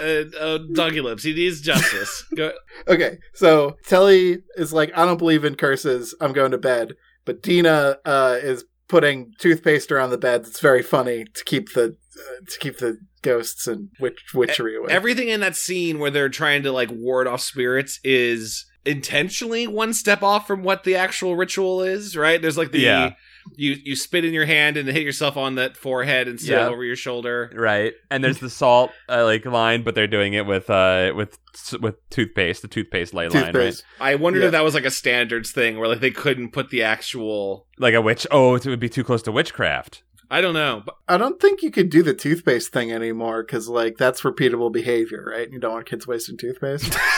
uh, uh, Donkey Lips. He needs justice.
<laughs>
Go,
Okay, so Telly is like, I don't believe in curses. I'm going to bed. But Dina uh, is putting toothpaste around the bed. It's very funny to keep the uh, to keep the ghosts and witch-
E-,
witchery away.
everything in that scene where they're trying to like ward off spirits is intentionally one step off from what the actual ritual is right there's like the
Yeah.
you you spit in your hand and hit yourself on that forehead instead
Yeah.
of over your shoulder
Right. And there's the salt uh, like line, but they're doing it with uh with with toothpaste, the toothpaste lay line, right?
toothpaste.
i wondered
Yeah.
if that was like a standards thing where like they couldn't put the actual
Like a witch. Oh, it would be too close to
<laughs>
witchcraft.
i don't know but
I don't think you could do the toothpaste thing anymore because like that's repeatable behavior, right? You don't want kids
<laughs>
wasting toothpaste.
<laughs>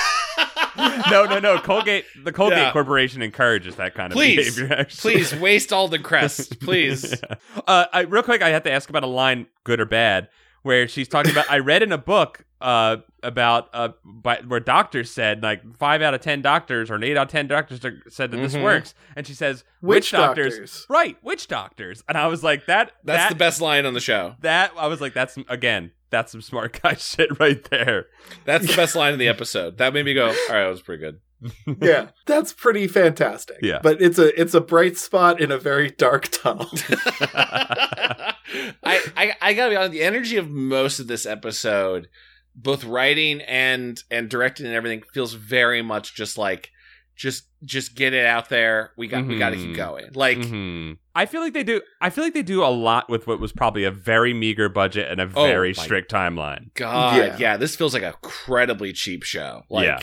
No, no, no. Colgate, the Colgate
Yeah.
Corporation encourages that kind of
Please.
behavior. <laughs> Actually.
please waste all the
<laughs>
crest please
uh, I, real quick, I have to ask about a line, good or bad, where she's talking about. I read in a book uh, about uh, by, where doctors said like five out of ten doctors or an eight out of ten doctors are, said that this
Mhm.
works, and she says
Witch
witch doctors?
doctors.
<laughs> right, witch doctors, and I was like that.
that's
that,
the best line on the show
That I was like, that's some- again, that's some smart <laughs> guy shit right there.
that's the best line of the episode that made me go all right that was pretty good <laughs>
yeah, that's pretty fantastic.
Yeah.
but it's a it's a bright spot in a very dark tunnel. <laughs>
I, I I gotta be honest. The energy of most of this episode, both writing and and directing and everything, feels very much just like just just get it out there. We got we got to keep
Mhm.
going. Like
Mhm. I feel like they do. I feel like they do a lot with what was probably a very meager budget and a very
Oh my-
strict timeline.
God,
Yeah.
yeah. this feels like a incredibly cheap show. Like
Yeah.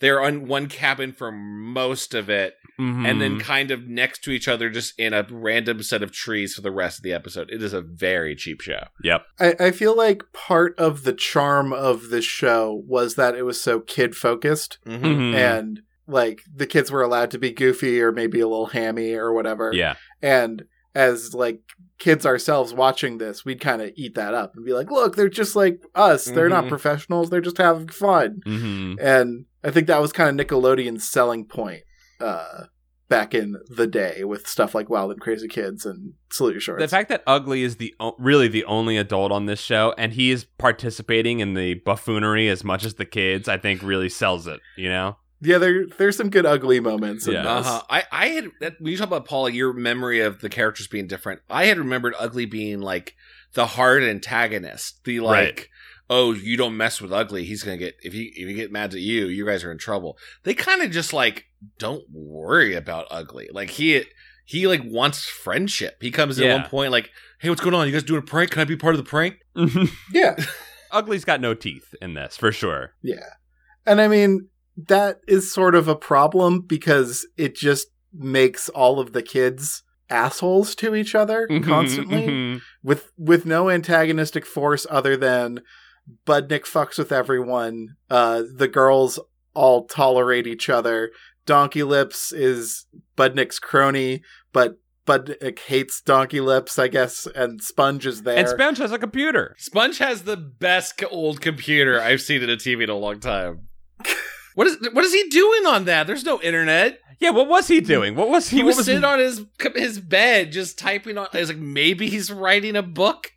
They're on one cabin for most of it, Mm-hmm. and then kind of next to each other, just in a random set of trees for the rest of the episode. It is a very cheap show.
Mm-hmm. yep,
I, I feel like part of the charm of this show was that it was so kid focused
Mm-hmm.
Mhm.
and like the kids were allowed to be goofy or maybe a little hammy or whatever.
yeah,
And as like kids ourselves watching this, we'd kind of eat that up and be like, look, they're just like us. They're not
Mm-hmm.
Mhm.
professionals. They're just having fun.
hmm
And I think that was kind of Nickelodeon's selling point uh, back in the day with stuff like Wild and Crazy Kids and Salute Your Shorts.
The fact that Ugly is the o- really the only adult on this show, and he is participating in the buffoonery as much as the kids, I think really sells it. You know,
yeah, there, there's some good ugly moments in
Yeah.
this.
Uh-huh. I, I had that, when you talk about Paula, your memory of the characters being different. I had remembered Ugly being like the hard antagonist, the like,
Right.
oh, you don't mess with Ugly, he's gonna get if he if he get mad at you, you guys are in trouble. They kind of just like don't worry about Ugly. Like he he like wants friendship. He comes in at
Yeah.
one point like, hey, what's going on? You guys doing a prank? Can I be part of the prank?
Yeah.
<laughs> Ugly's got no teeth in this for sure.
Yeah. And I mean, that is sort of a problem because it just makes all of the kids assholes to each other constantly
Mhm, mhm.
with with no antagonistic force other than Budnick fucks with everyone. Uh the girls all tolerate each other. Donkey Lips is Budnick's crony, but Budnick hates Donkey Lips, I guess, and Sponge is there.
And Sponge has a computer.
Sponge has the best co- old computer I've seen in a TV in a long time. <laughs> what is what is he doing on that? There's no internet.
Yeah, what was he doing? What was he?
He
what
was, sitting on his his bed, just typing on. It's like maybe he's writing
<laughs>
a book,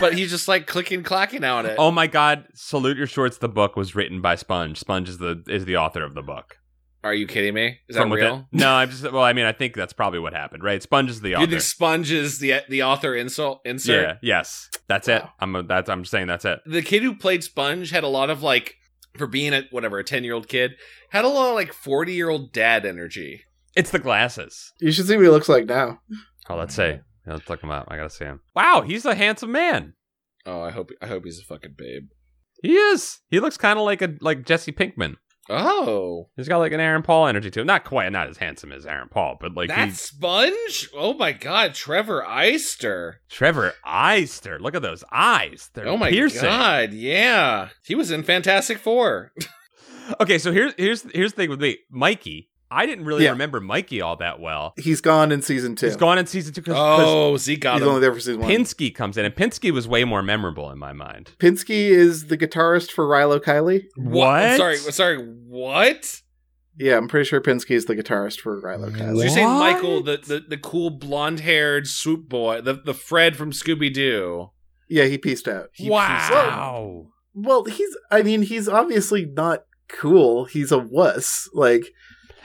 but he's just like clicking, clacking on it.
Oh my God! Salute Your Shorts. The book was written by Sponge. Sponge is the is the author of the book.
Are you kidding me? Is that
From within-
real?
No, I'm just. Well, I mean, I think that's probably what happened, right? Sponge is the
You
author.
think Sponge is the the author insult insert?
yeah. Yes. That's it.
Wow.
I'm. A, that's. I'm saying that's it.
the kid who played Sponge had a lot of like for being a whatever a ten year old kid had a lot of like forty year old dad energy.
It's the glasses.
you should see what he looks like now.
Oh, let's see. Yeah, Let's look him up. I gotta see him. Wow, he's a handsome man.
Oh, I hope I hope he's a fucking babe.
He is. He looks kind of like a like Jesse Pinkman.
Oh,
He's got like an Aaron Paul energy to him. Not quite. Not as handsome as Aaron Paul, but like
that
he's
Sponge. Oh my God, Trevor Eister.
Trevor Eister. Look at those eyes. They're
Oh my
piercing.
God, yeah, he was in Fantastic Four.
Okay, so here's here's here's the thing with me, Mikey. I didn't really
Yeah.
remember Mikey all that well.
He's gone in season two.
He's gone in season two because
Oh, Zeke got
He's
him.
only there for season one.
Pinsky comes in, and Pinsky was way more memorable in my mind.
Pinsky is the guitarist for Rilo Kiley.
Wha- I'm sorry, I'm sorry. What?
Yeah, I'm pretty sure Pinsky is the guitarist for Rilo
So
Kiley.
you're saying
What?
Michael, the, the, the cool blonde haired swoop boy, the, the Fred from Scooby Doo?
Yeah, he pieced out. He pieced out.
Wow.
Well, he's. I mean, he's obviously not cool. He's a wuss. Like,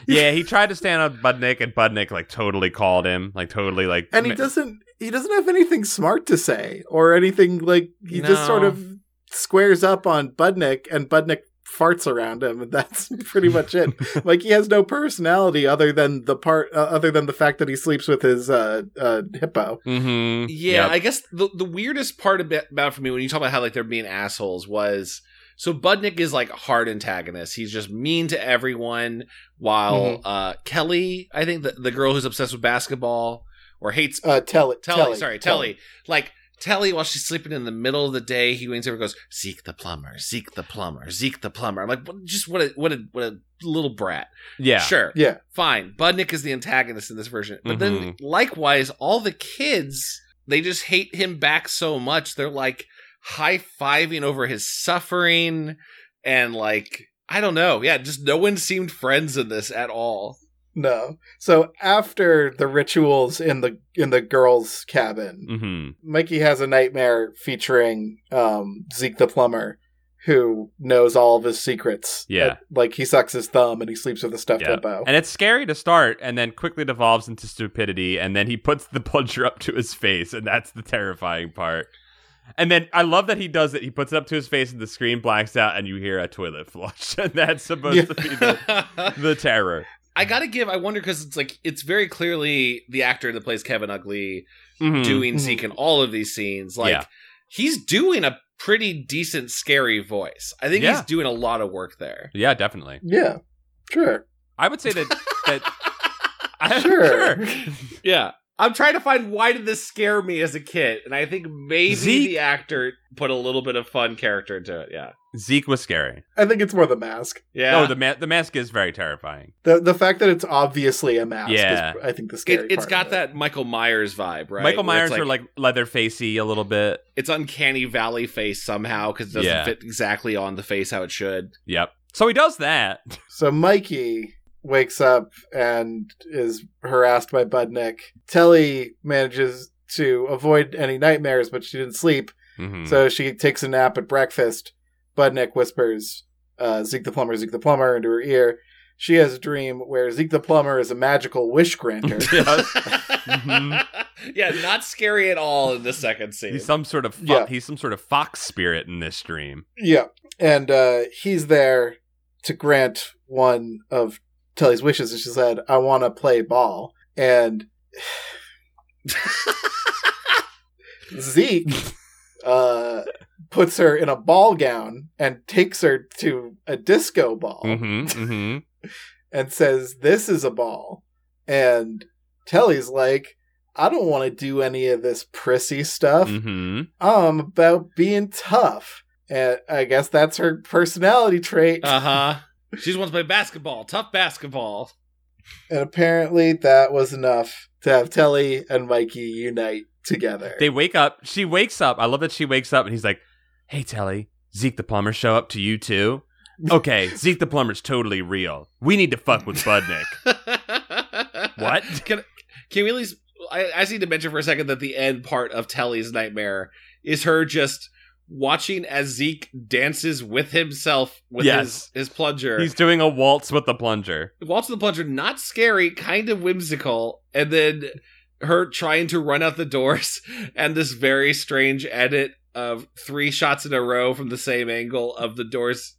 yeah, he tried to stand up Budnick, and Budnick like totally called him, like totally like.
and he
ma-
doesn't. He doesn't have anything smart to say or anything like. He just sort
No.
of squares up on Budnick, and Budnick farts around him, and <laughs> that's pretty much
<laughs>
it. like, he has no personality other than the part, uh, other than the fact that he sleeps with his uh, uh, hippo.
Mhm.
Yeah,
Yep.
I guess the the weirdest part about, about for me when you talk about how like they're being assholes was so Budnick is like a hard antagonist. He's just mean to everyone. While
Mhm.
uh, Kelly, I think the, the girl who's obsessed with basketball or hates
Uh, tell it.
Telly, sorry, Telly. Like Telly, while she's sleeping in the middle of the day, he leans over and goes, "Zeke the plumber, Zeke the plumber, Zeke the plumber." I'm like, what, just what a what a what a little brat.
yeah.
Sure,
Yeah.
fine. Budnick is the antagonist in this version, but then
Mhm.
likewise, all the kids they just hate him back so much. They're like high fiving over his suffering, and like I don't know, yeah, just no one seemed friends in this at all.
No. So after the rituals in the in the girls' cabin,
hmm
Mikey has a nightmare featuring um, Zeke the plumber, who knows all of his secrets.
Yeah.
Uh, like he sucks his thumb and he sleeps with a stuffed
Yeah.
hippo.
And it's scary to start, and then quickly devolves into stupidity, and then he puts the plunger up to his face, and that's the terrifying part. And then I love that he does it. He puts it up to his face, and the screen blacks out, and you hear a toilet flush, <laughs> and that's supposed
Yeah.
to be the,
<laughs>
the terror.
I gotta give. I wonder because it's like it's very clearly the actor that plays Kevin Ugly
Mhm.
doing
Mhm.
Zeke in all of these scenes. Like
Yeah.
he's doing a pretty decent scary voice. I think
Yeah.
he's doing a lot of work there.
<laughs> Yeah, definitely.
yeah. Sure.
I would say that that I, <laughs>
Sure.
Yeah. I'm trying to find why did this scare me as a kid, and I think maybe
Zeke-
the actor put a little bit of fun character into it. Yeah,
Zeke was scary.
I think it's more the mask.
yeah.
Oh, the ma- the mask is very terrifying.
The the fact that it's obviously a mask
Yeah.
is I think the scary
it, it's
part
got
of it.
that Michael Myers vibe, right?
Michael
Where
Myers
it's
are like leather facey a little bit.
it's uncanny valley face somehow because it doesn't
Yeah.
fit exactly on the face how it should.
Yep. So he does that.
So Mikey wakes up and is harassed by Budnick. Telly manages to avoid any nightmares, but she didn't sleep,
Mhm. <laughs>
so she takes a nap at breakfast. Budnick whispers, uh, Zeke the Plumber, Zeke the Plumber, into her ear. She has a dream where Zeke the Plumber is a magical wish granter.
Yes.
Mm-hmm. Yeah, not scary at all in the second scene.
He's some sort of fo-
Yeah.
he's some sort of fox spirit in this dream.
Yeah, and uh, he's there to grant one of Telly's wishes, and she said, "I want to play ball." And Zeke uh, puts her in a ball gown and takes her to a disco ball
Mhm, mhm.
<laughs> and says, "This is a ball." And Telly's like, "I don't want to do any of this prissy stuff."
Mhm.
um about being tough and i guess that's her personality trait
Uh <laughs> huh. She just wants to play basketball, tough <laughs> basketball.
and apparently that was enough to have telly and mikey unite together
They wake up. She wakes up. I love that she wakes up and he's like, "Hey Telly, Zeke the plumber show up to you
<laughs>
too." Okay, Zeke the plumber's totally real. We need to fuck with
<laughs>
Budnick.
what? Can can we at least? I, I just need to mention for a second that the end part of Telly's nightmare is her just watching as Zeke dances with himself with
Yes.
his his plunger.
He's doing a waltz with the plunger.
Waltz with the plunger, not scary, kind of whimsical, and then her trying to run out the doors, <laughs> and this very strange edit of three shots in a row from the same angle of the doors.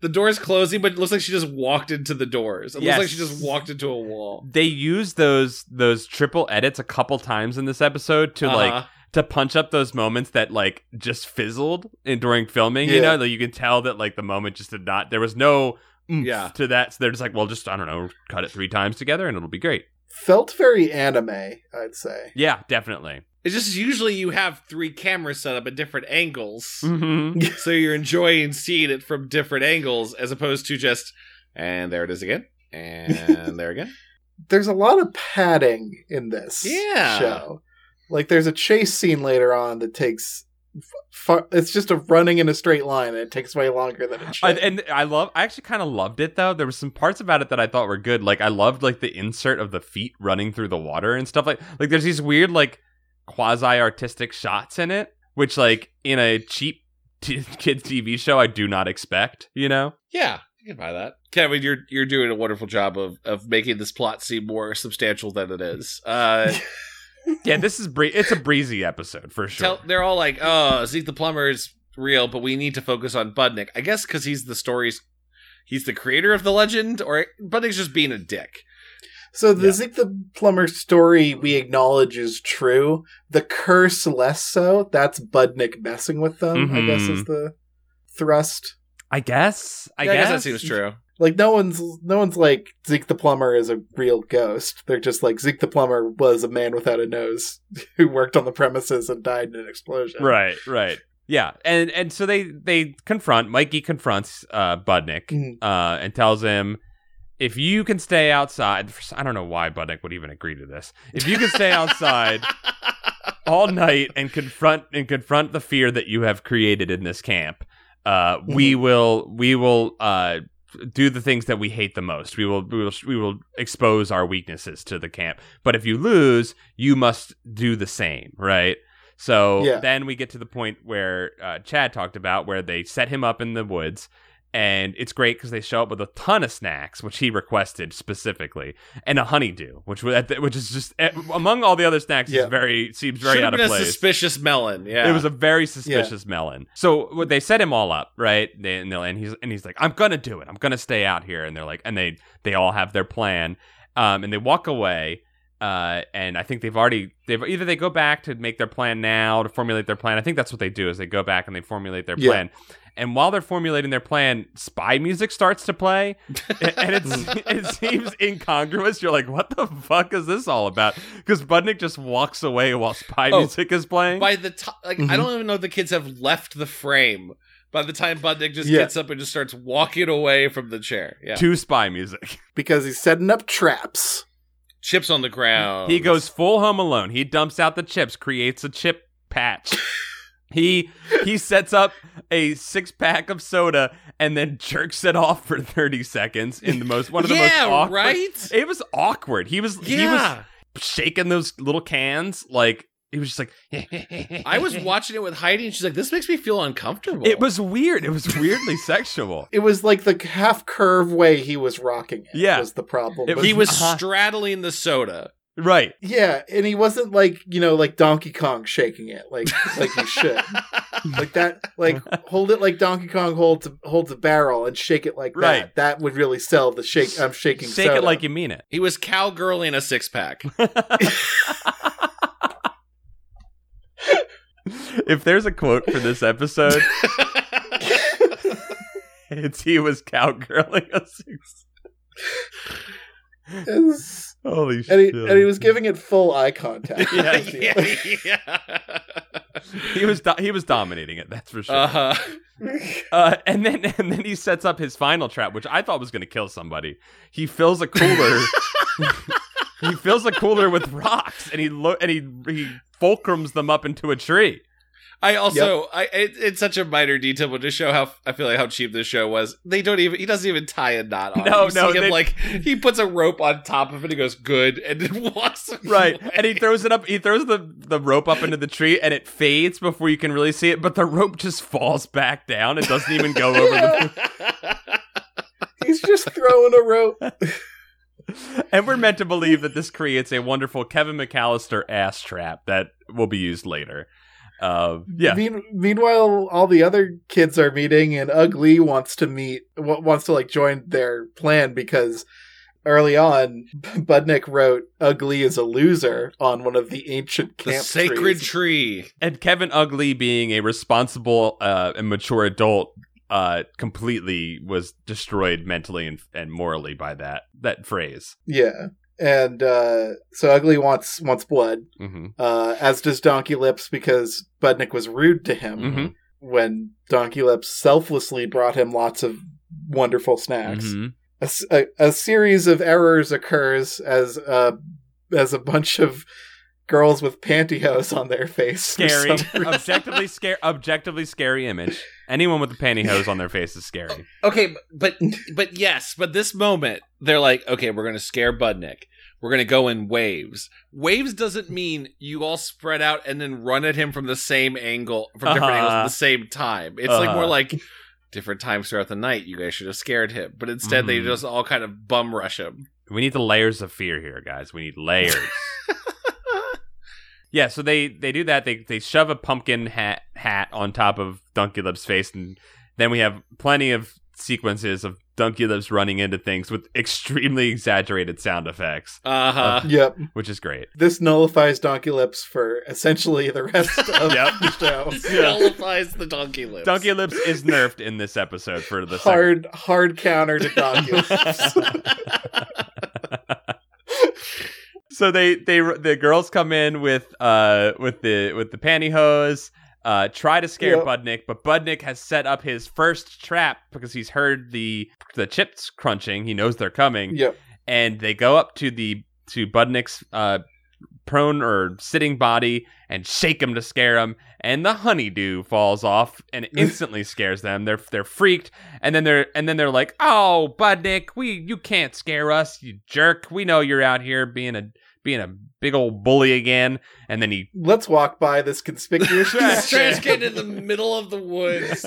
The doors closing, but it looks like she just walked into the doors. It
Yes.
looks like she just walked into a wall.
They use those those triple edits a couple times in this episode to like
Uh-huh.
to punch up those moments that like just fizzled in during filming. You
Yeah.
know, like you can tell that like the moment just did not. There was no oomph
Yeah.
<laughs> to that. So they're just like, well, just I don't know, cut it three times together and it'll be great.
felt very anime i'd say
Yeah, definitely.
It's just usually you have three cameras set up at different angles,
Mm-hmm.
so you're enjoying seeing it from different angles as opposed to just and there it is again
<laughs>
and there again.
there's a lot of padding in this
Yeah.
show like there's a chase scene later on that takes fu- it's just a running in a straight line and it takes way longer than it should
I, and I love. I actually kind of loved it though. There were some parts about it that I thought were good. Like I loved like the insert of the feet running through the water and stuff. Like like there's these weird like quasi artistic shots in it, which like in a cheap <laughs> t- kids TV show I do not expect. You know.
Yeah, you can buy that. Kevin, you're you're doing a wonderful job of of making this plot seem more substantial than it is. Uh,
Yeah, this is bree- it's a breezy episode <laughs> for sure.
tell, they're all like, "Oh, Zeke the plumber is real, but we need to focus on Budnick." I guess because he's the story's he's the creator of the legend, or Budnick's just being a dick.
So the
Yeah.
Zeke the Plumber story we acknowledge is true. The curse less so. That's Budnick messing with them, I guess is
Mm-hmm.
the thrust.
I guess. I,
Yeah,
guess.
that seems
<laughs>
true.
Like no one's no one's like Zeke the Plumber is a real ghost. They're just like Zeke the Plumber was a man without a nose <laughs> who worked on the premises and died in an explosion.
Right. Right. Yeah, and and so they they confront Mikey confronts uh, Budnick
Mhm.
uh, and tells him if you can stay outside. I don't know why Budnick would even agree to this. If you can stay
<laughs>
outside all night and confront and confront the fear that you have created in this camp, uh,
Mm-hmm.
we will we will uh, do the things that we hate the most. We will we will we will expose our weaknesses to the camp. But if you lose, you must do the same, right? So
Yeah.
then we get to the point where uh, Chad talked about where they set him up in the woods. And it's great because they show up with a ton of snacks, which he requested specifically, and a honeydew, which was at the- which is just eh, among all the other snacks
Yeah.
is very seems very
Should
out
have
of
been a
place.
suspicious melon. Yeah,
It was a very suspicious melon. So what they set him all up, right? They, and, they'll- and he's and he's like, "I'm gonna do it. I'm gonna stay out here." And they're like, and they they all have their plan, um, and they walk away. Uh, and I think they've already they've either they go back to make their plan now to formulate their plan. I think that's what they do is they go back and they formulate their
Yeah.
plan. And while they're formulating their plan, spy music starts to play,
<laughs>
a- and it's it seems incongruous. You're like, "What the fuck is this all about?" Because Budnick just walks away while spy
Oh,
music is playing.
By the time, like, I
Mm-hmm.
Mhm.
don't even know if the kids have left the frame. By the time Budnick just
Yeah.
gets up and just starts walking away from the chair, yeah,
to spy music.
because he's setting up traps.
chips on the ground.
He goes full home alone. He dumps out the chips, creates a chip
<laughs>
patch. he he sets up a six pack of soda and then jerks it off for 30 seconds in the most one of the
yeah,
most awkward.
right.
It was awkward. He was he was
Yeah,
shaking those little cans like he was just like
I was watching it with Heidi, and she's like, "This makes me feel uncomfortable."
<laughs> It was weird. It was
<laughs>
weirdly sexual.
It was like the half curve way he was rocking it
Yeah.
was the problem.
It
he was
Uh-huh.
straddling the soda.
Right.
yeah, and he wasn't like you know like Donkey Kong shaking it
<laughs>
like like you should like that like hold it like Donkey Kong holds holds a barrel and shake it like
Right.
that. That would really sell the shake. I'm shaking.
Shake
soda.
it
<laughs>
like you mean it.
he was cowgirling a
<laughs>
six pack.
<laughs> if there's a quote for this episode,
<laughs>
it's he was cowgirling us.
It's-
Holy
and he,
shit!
and he was giving it full eye
<laughs>
contact.
Yeah.
yeah, <laughs> yeah.
he was do- he was dominating it. That's for sure. Uh,
Uh-huh.
and then and then he sets up his final trap, which I thought was going to kill somebody. He fills a cooler.
<laughs>
he fills a cooler with rocks, and he lo- and he he fulcrums them up into a tree.
I also, I it, it's such a minor detail, but to show how I feel like how cheap this show was, they don't even. He doesn't even tie a knot on.
No,
it. You
no,
see him,
they-
like he puts a rope on top of it. He goes good, and then <laughs> walks away.
Right. And he throws it up he throws the, the rope up into the tree and it fades before you can really see it, but the rope just falls back down. It doesn't even go over
<laughs>
the
<laughs>
<laughs>
He's just throwing a rope.
And we're meant to believe that this creates a wonderful Kevin McAllister ass trap that will be used later. Uh, yeah.
Mean, meanwhile, all the other kids are meeting, and Ugly wants to meet, wa- wants to like join their plan because early on, <laughs> Budnick wrote "Ugly is a loser" on one of the ancient
The
camp
sacred
trees.
tree.
And Kevin Ugly being a responsible uh, and mature adult uh, completely was destroyed mentally and, and morally by that that phrase.
yeah, and uh, so Ugly wants wants blood,
hmm
uh, as does Donkey Lips because Budnick was rude to him
Mm-hmm.
hmm
when Donkey Lips selflessly brought him lots of wonderful snacks.
Mm-hmm.
a, s- a- a series of errors occurs as uh, as a bunch of girls with pantyhose on their face. for
scary, <laughs>
some-
objectively scary, objectively scary image. Anyone with a pantyhose on their face is scary.
Okay, but but yes, but this moment they're like, okay, we're gonna scare Budnick. We're gonna go in waves. Waves doesn't mean you all spread out and then run at him from the same angle, from different
Uh-huh.
angles at the same time. It's like
Uh-huh.
more like different times throughout the night. You guys should have scared him, but instead they
Mhm.
just all kind of bum rush him.
We need the layers of fear here, guys. We need layers. yeah, so they they do that. They they shove a pumpkin hat hat on top of Dunculip's face, and then we have plenty of sequences of Dunculip's running into things with extremely exaggerated sound effects,
Uh <laughs> huh.
yep,
which is great.
this nullifies Donkey Lips for essentially the
<laughs>
rest of
Yep.
the
<laughs>
show.
Nullifies the donkey lips. <laughs>
Dunculips is nerfed in this episode for the second
Hard, hard counter to
<laughs>
Donkey Lips.
<laughs> so they they the girls come in with uh with the with the pantyhose uh try to scare
Yep.
Budnick but Budnick has set up his first trap because he's heard the the chips crunching he knows they're coming
yep,
and they go up to the to Budnick's uh prone or sitting body and shake him to scare him and the honeydew falls off and
<laughs>
instantly scares them they're they're freaked and then they're and then they're like oh Budnick we you can't scare us you jerk we know you're out here being a being a big old bully again and then he
let's walk by this
<laughs>
conspicuous <laughs>
This
trash
trash
can.
can in the middle of the woods.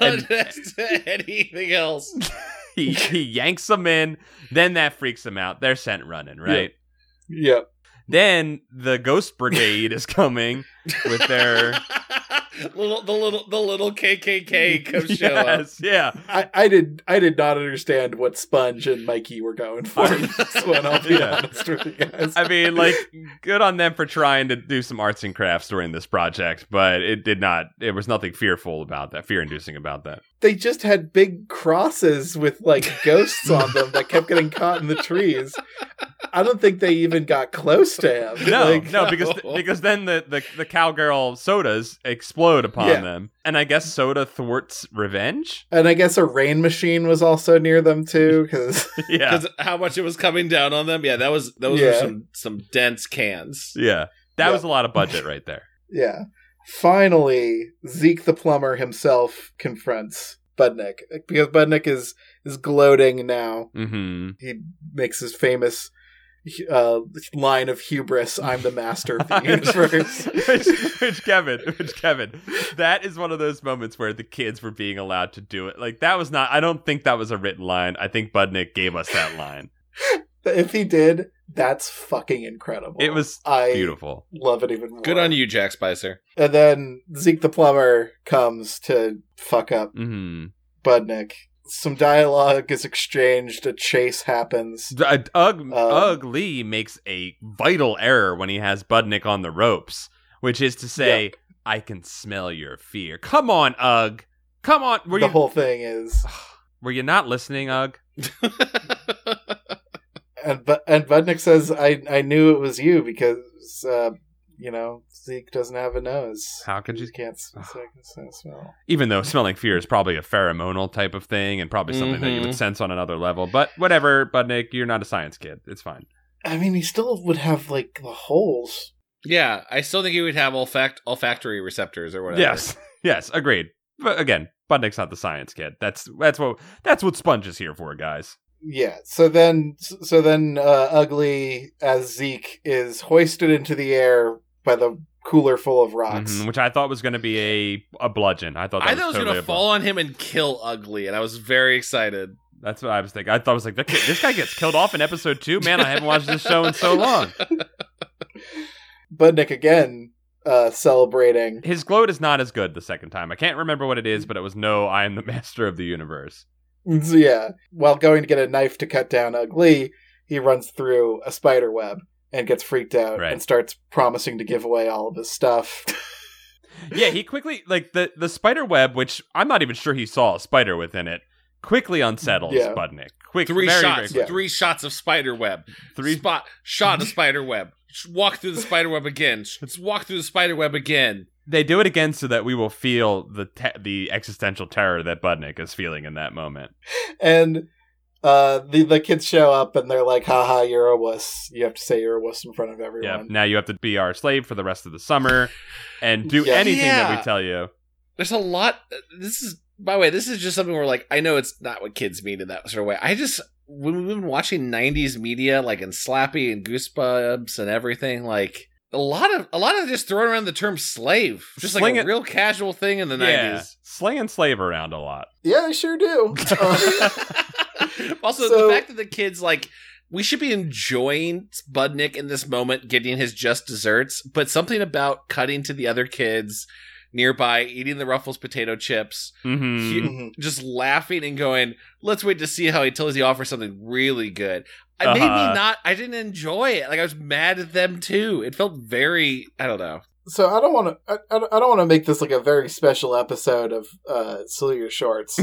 And-
<laughs> Not next to anything else. <laughs>
he, he yanks them in then that freaks them out they're sent running right
Yep,
Then the Ghost Brigade is coming with their
<laughs> little the little the little KKK
<laughs>
come show up.
yes, yeah.
I, I did I did not understand what Sponge and Mikey were going for. in this one, I'll be
<laughs> Yeah.
honest with you guys.
<laughs> I mean, like, good on them for trying to do some arts and crafts during this project, but it did not. It was nothing fearful about that, fear-inducing about that.
they just had big crosses with like ghosts on them that kept getting caught in the trees. I don't think they even got close to him.
No,
<laughs> Like,
no, because
no.
because then the, the the cowgirl sodas explode upon
Yeah.
them, and I guess soda thwarts
<laughs>
revenge.
and I guess a rain machine was also near them too, because
Yeah,
Because how much it was coming down on them? Yeah, that was those were
Yeah.
some some dense cans.
yeah. That
Yeah.
was a lot of budget right there.
<laughs> yeah. Finally, Zeke the plumber himself confronts Budnick because Budnick is is gloating now.
hmm
He makes his famous uh, line of hubris: "I'm the master of
<laughs>
<laughs> the universe."
which, which Kevin, which Kevin, that is one of those moments where the kids were being allowed to do it. Like that was not. I don't think that was a written line. I think Budnick gave us that line.
if he did, that's fucking incredible.
It was
I
Beautiful.
love it even more.
Good on you, Jack Spicer. <laughs>
And then Zeke the plumber comes to fuck up
hmm
Budnick. Some dialogue is exchanged. A chase happens.
Ugg
Um,
Ugg uh, Lee makes a vital error when he has Budnick on the ropes, which is to say, "I can smell your fear." Come on, Ugg. Come on. Were
the
you
whole thing is,
were you not listening, Ugg?
and Bu- and Budnick says, "I I knew it was you because uh, you know Zeke doesn't have a nose.
How could
He
you?
can't
<sighs>
s- so I can s- smell."
Even though smelling fear is probably a pheromonal type of thing, and probably something that you
Mm-hmm.
Mhm.
would sense on another level, but whatever, Budnick, you're not a science kid. It's fine.
I mean, he still would have like the holes.
yeah, I still think he would have olfact olfactory receptors or whatever.
Yes, <laughs> yes, agreed. But again, Budnick's not the science kid. That's that's what that's what Sponge is here for, guys.
Yeah. So then, so then, uh, ugly as Zeke is hoisted into the air by the cooler full of
Mm-hmm,
rocks.
Mhm, which I thought was going to be a a bludgeon. I thought Oh, that
I thought it
totally
was gonna
a bludgeon.
fall on him and kill Ugly, and I was very excited.
That's what I was thinking. I thought I was like, "That kid- this guy gets killed off in episode two. Man, I haven't watched this show in so
<laughs>
long.
Budnick again uh, celebrating.
His gloat is not as good the second time. I can't remember what it is, but it was no. I am the master of the universe.
So, yeah, while going to get a knife to cut down Ugly, he runs through a spider web and gets freaked out
Right.
and starts promising to give away all of his stuff. <laughs>
Yeah, he quickly like the the spider web, which I'm not even sure he saw a spider within it. Quickly unsettles
Yeah.
Budnick. Quick,
Three
very, very
shots,
quick.
three shots of spider web.
three
spot shot a spider web. Sh- Walk through the spider web again.
<laughs>
Sh- Let's walk through the spider web again.
they do it again so that we will feel the te- the existential terror that Budnick is feeling in that moment.
and uh, the the kids show up and they're like, "Haha, you're a wuss. You have to say you're a wuss in front of
Yeah.
everyone."
Now you have to be our slave for the rest of the summer and do
Yeah.
anything that
Yeah.
we tell you.
There's a lot. This is by the way. This is just something where like I know it's not what kids mean in that sort of way. I just when we've been watching '90s media like in Slappy and Goosebumps and everything like. A lot of a lot of just throwing around the term slave, just like
Sling
a
it.
real casual thing in the
Yeah.
nineties.
Sling and slave around a lot.
Yeah, I sure do.
<laughs>
Uh, <laughs>
also,
So-
the fact that the kids like we should be enjoying Budnick in this moment, getting his just desserts, but something about cutting to the other kids nearby, eating the Ruffles potato chips,
Mhm.
He-
mhm.
just laughing and going, "Let's wait to see how he tells you offer something really good." It made me
Uh-huh.
not. I didn't enjoy it. Like I was mad at them too. It felt very. I don't know.
so I don't want to. I, I don't- I don't want to make this like a very special episode of uh, Salute Your Shorts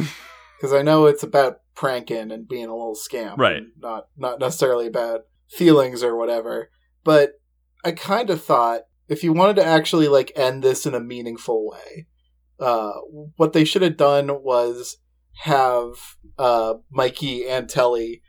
because I know it's about pranking and being a little scam,
Right.
and Not not necessarily about feelings or whatever. But I kind of thought if you wanted to actually like end this in a meaningful way, uh, what they should have done was have uh, Mikey and Telly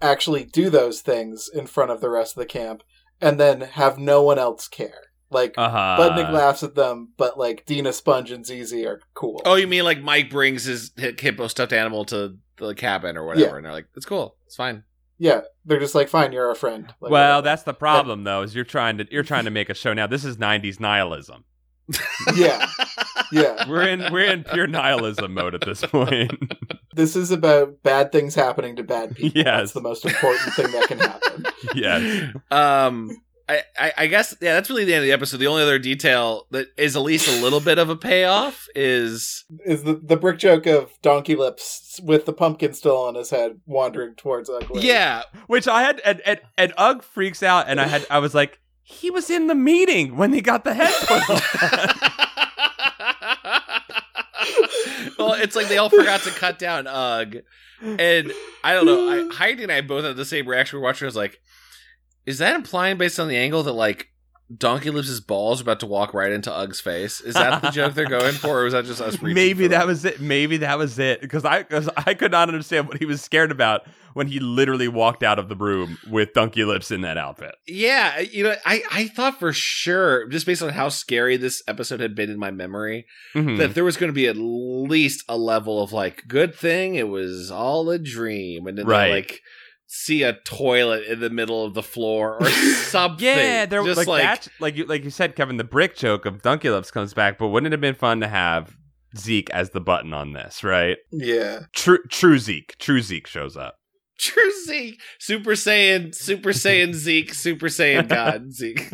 actually do those things in front of the rest of the camp, and then have no one else care. Like
Uh-huh.
Budnick laughs at them, but like Dina Sponge and ZZ are cool.
Oh, you mean like Mike brings his hi- hippo stuffed animal to the cabin or whatever,
Yeah.
and they're like, "It's cool. It's fine."
yeah, they're just like, fine, you're our friend. Like,
well,
whatever.
that's the problem though. Is you're trying to you're trying to make a show now. This is 90s nihilism.
yeah, yeah.
We're in we're in pure nihilism mode at this point. <laughs>
This is about bad things happening to bad people.
Yes.
That's the most important thing that can happen.
yes.
Um, I- I, I, I guess yeah, that's really the end of the episode. The only other detail that is at least a little bit of a payoff is
Is the, the brick joke of Donkey Lips with the pumpkin still on his head wandering towards Ugly?
yeah,
Which I had and, and and Ugg freaks out, and I had I was like, he was in the meeting when they got the head put on.
<laughs> well, it's like they all forgot to cut down Ugg. And I don't know. I, Heidi and I both had the same reaction. We were watching. I was like, is that implying based on the angle that like Donkey Lips' balls are about to walk right into Ugg's face? Is that the joke they're going for, or was that just us? reaching
Maybe
for
that
it?
was it. Maybe that was it. Because I, cause I could not understand what he was scared about when he literally walked out of the room with Donkey Lips in that outfit.
Yeah, you know, I I thought for sure just based on how scary this episode had been in my memory
Mhm.
that there was going to be at least a level of like good thing it was all a dream and then they,
Right.
like see a toilet in the middle of the floor
<laughs>
or something.
Yeah, there
just
like, that. Like you, like you said, Kevin, the brick joke of Donkey Lips comes back, but wouldn't it have been fun to have Zeke as the button on this, right?
Yeah.
True, true Zeke, true Zeke shows up.
<laughs> True Zeke, Super Saiyan, Super Saiyan Zeke, Super Saiyan
<laughs>
God Zeke.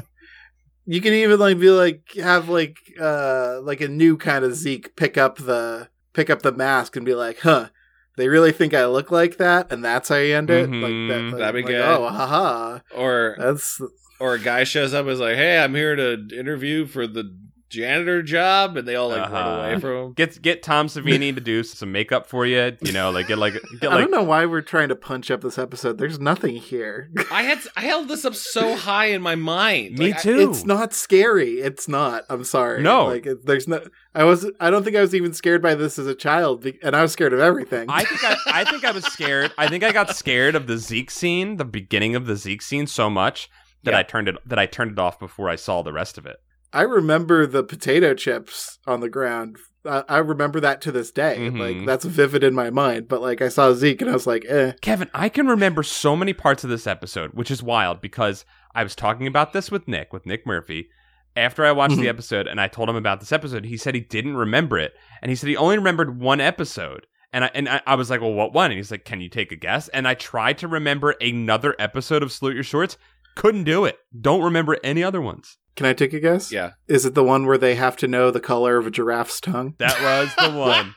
You can even like be like have like uh like a new kind of Zeke pick up the pick up the mask and be like, huh, they really think I look like that, and that's how you end it.
Mhm.
Like that, like,
That'd be
like,
good.
Oh, haha,
Or
that's
or a guy shows up and is like, "Hey, I'm here to interview for the janitor job," and they all like
Uh-huh.
run away from him.
Get get Tom Savini to do some makeup for you. You know, like get like <laughs> get
I
like
don't know why we're trying to punch up this episode. There's nothing here.
I had I held this up so high in my mind.
me
Like, I- <laughs>
too.
It's not scary. It's not. I'm sorry.
No.
like it, there's no. I was. I don't think I was even scared by this as a child, be- and I was scared of everything.
I think I, I think I was scared. I think I got scared of the Zeke scene, the beginning of the Zeke scene, so much that
Yeah.
I turned it that I turned it off before I saw the rest of it.
I remember the potato chips on the ground. I, I remember that to this day.
Mhm.
Mm-hmm.
Like that's vivid in my mind. But like I saw Zeke and I was like, eh.
Kevin, I can remember so many parts of this episode, which is wild because I was talking about this with Nick, with Nick Murphy, after I watched the
Mhm.
episode and I told him about this episode. He said he didn't remember it. And he said he only remembered one episode. And I, and I, I was like, well, what one? And he's like, can you take a guess? And I tried to remember another episode of Salute Your Shorts. Couldn't do it. Don't remember any other ones.
Can I take a guess?
Yeah.
Is it the one where they have to know the color of a giraffe's tongue?
That was the one.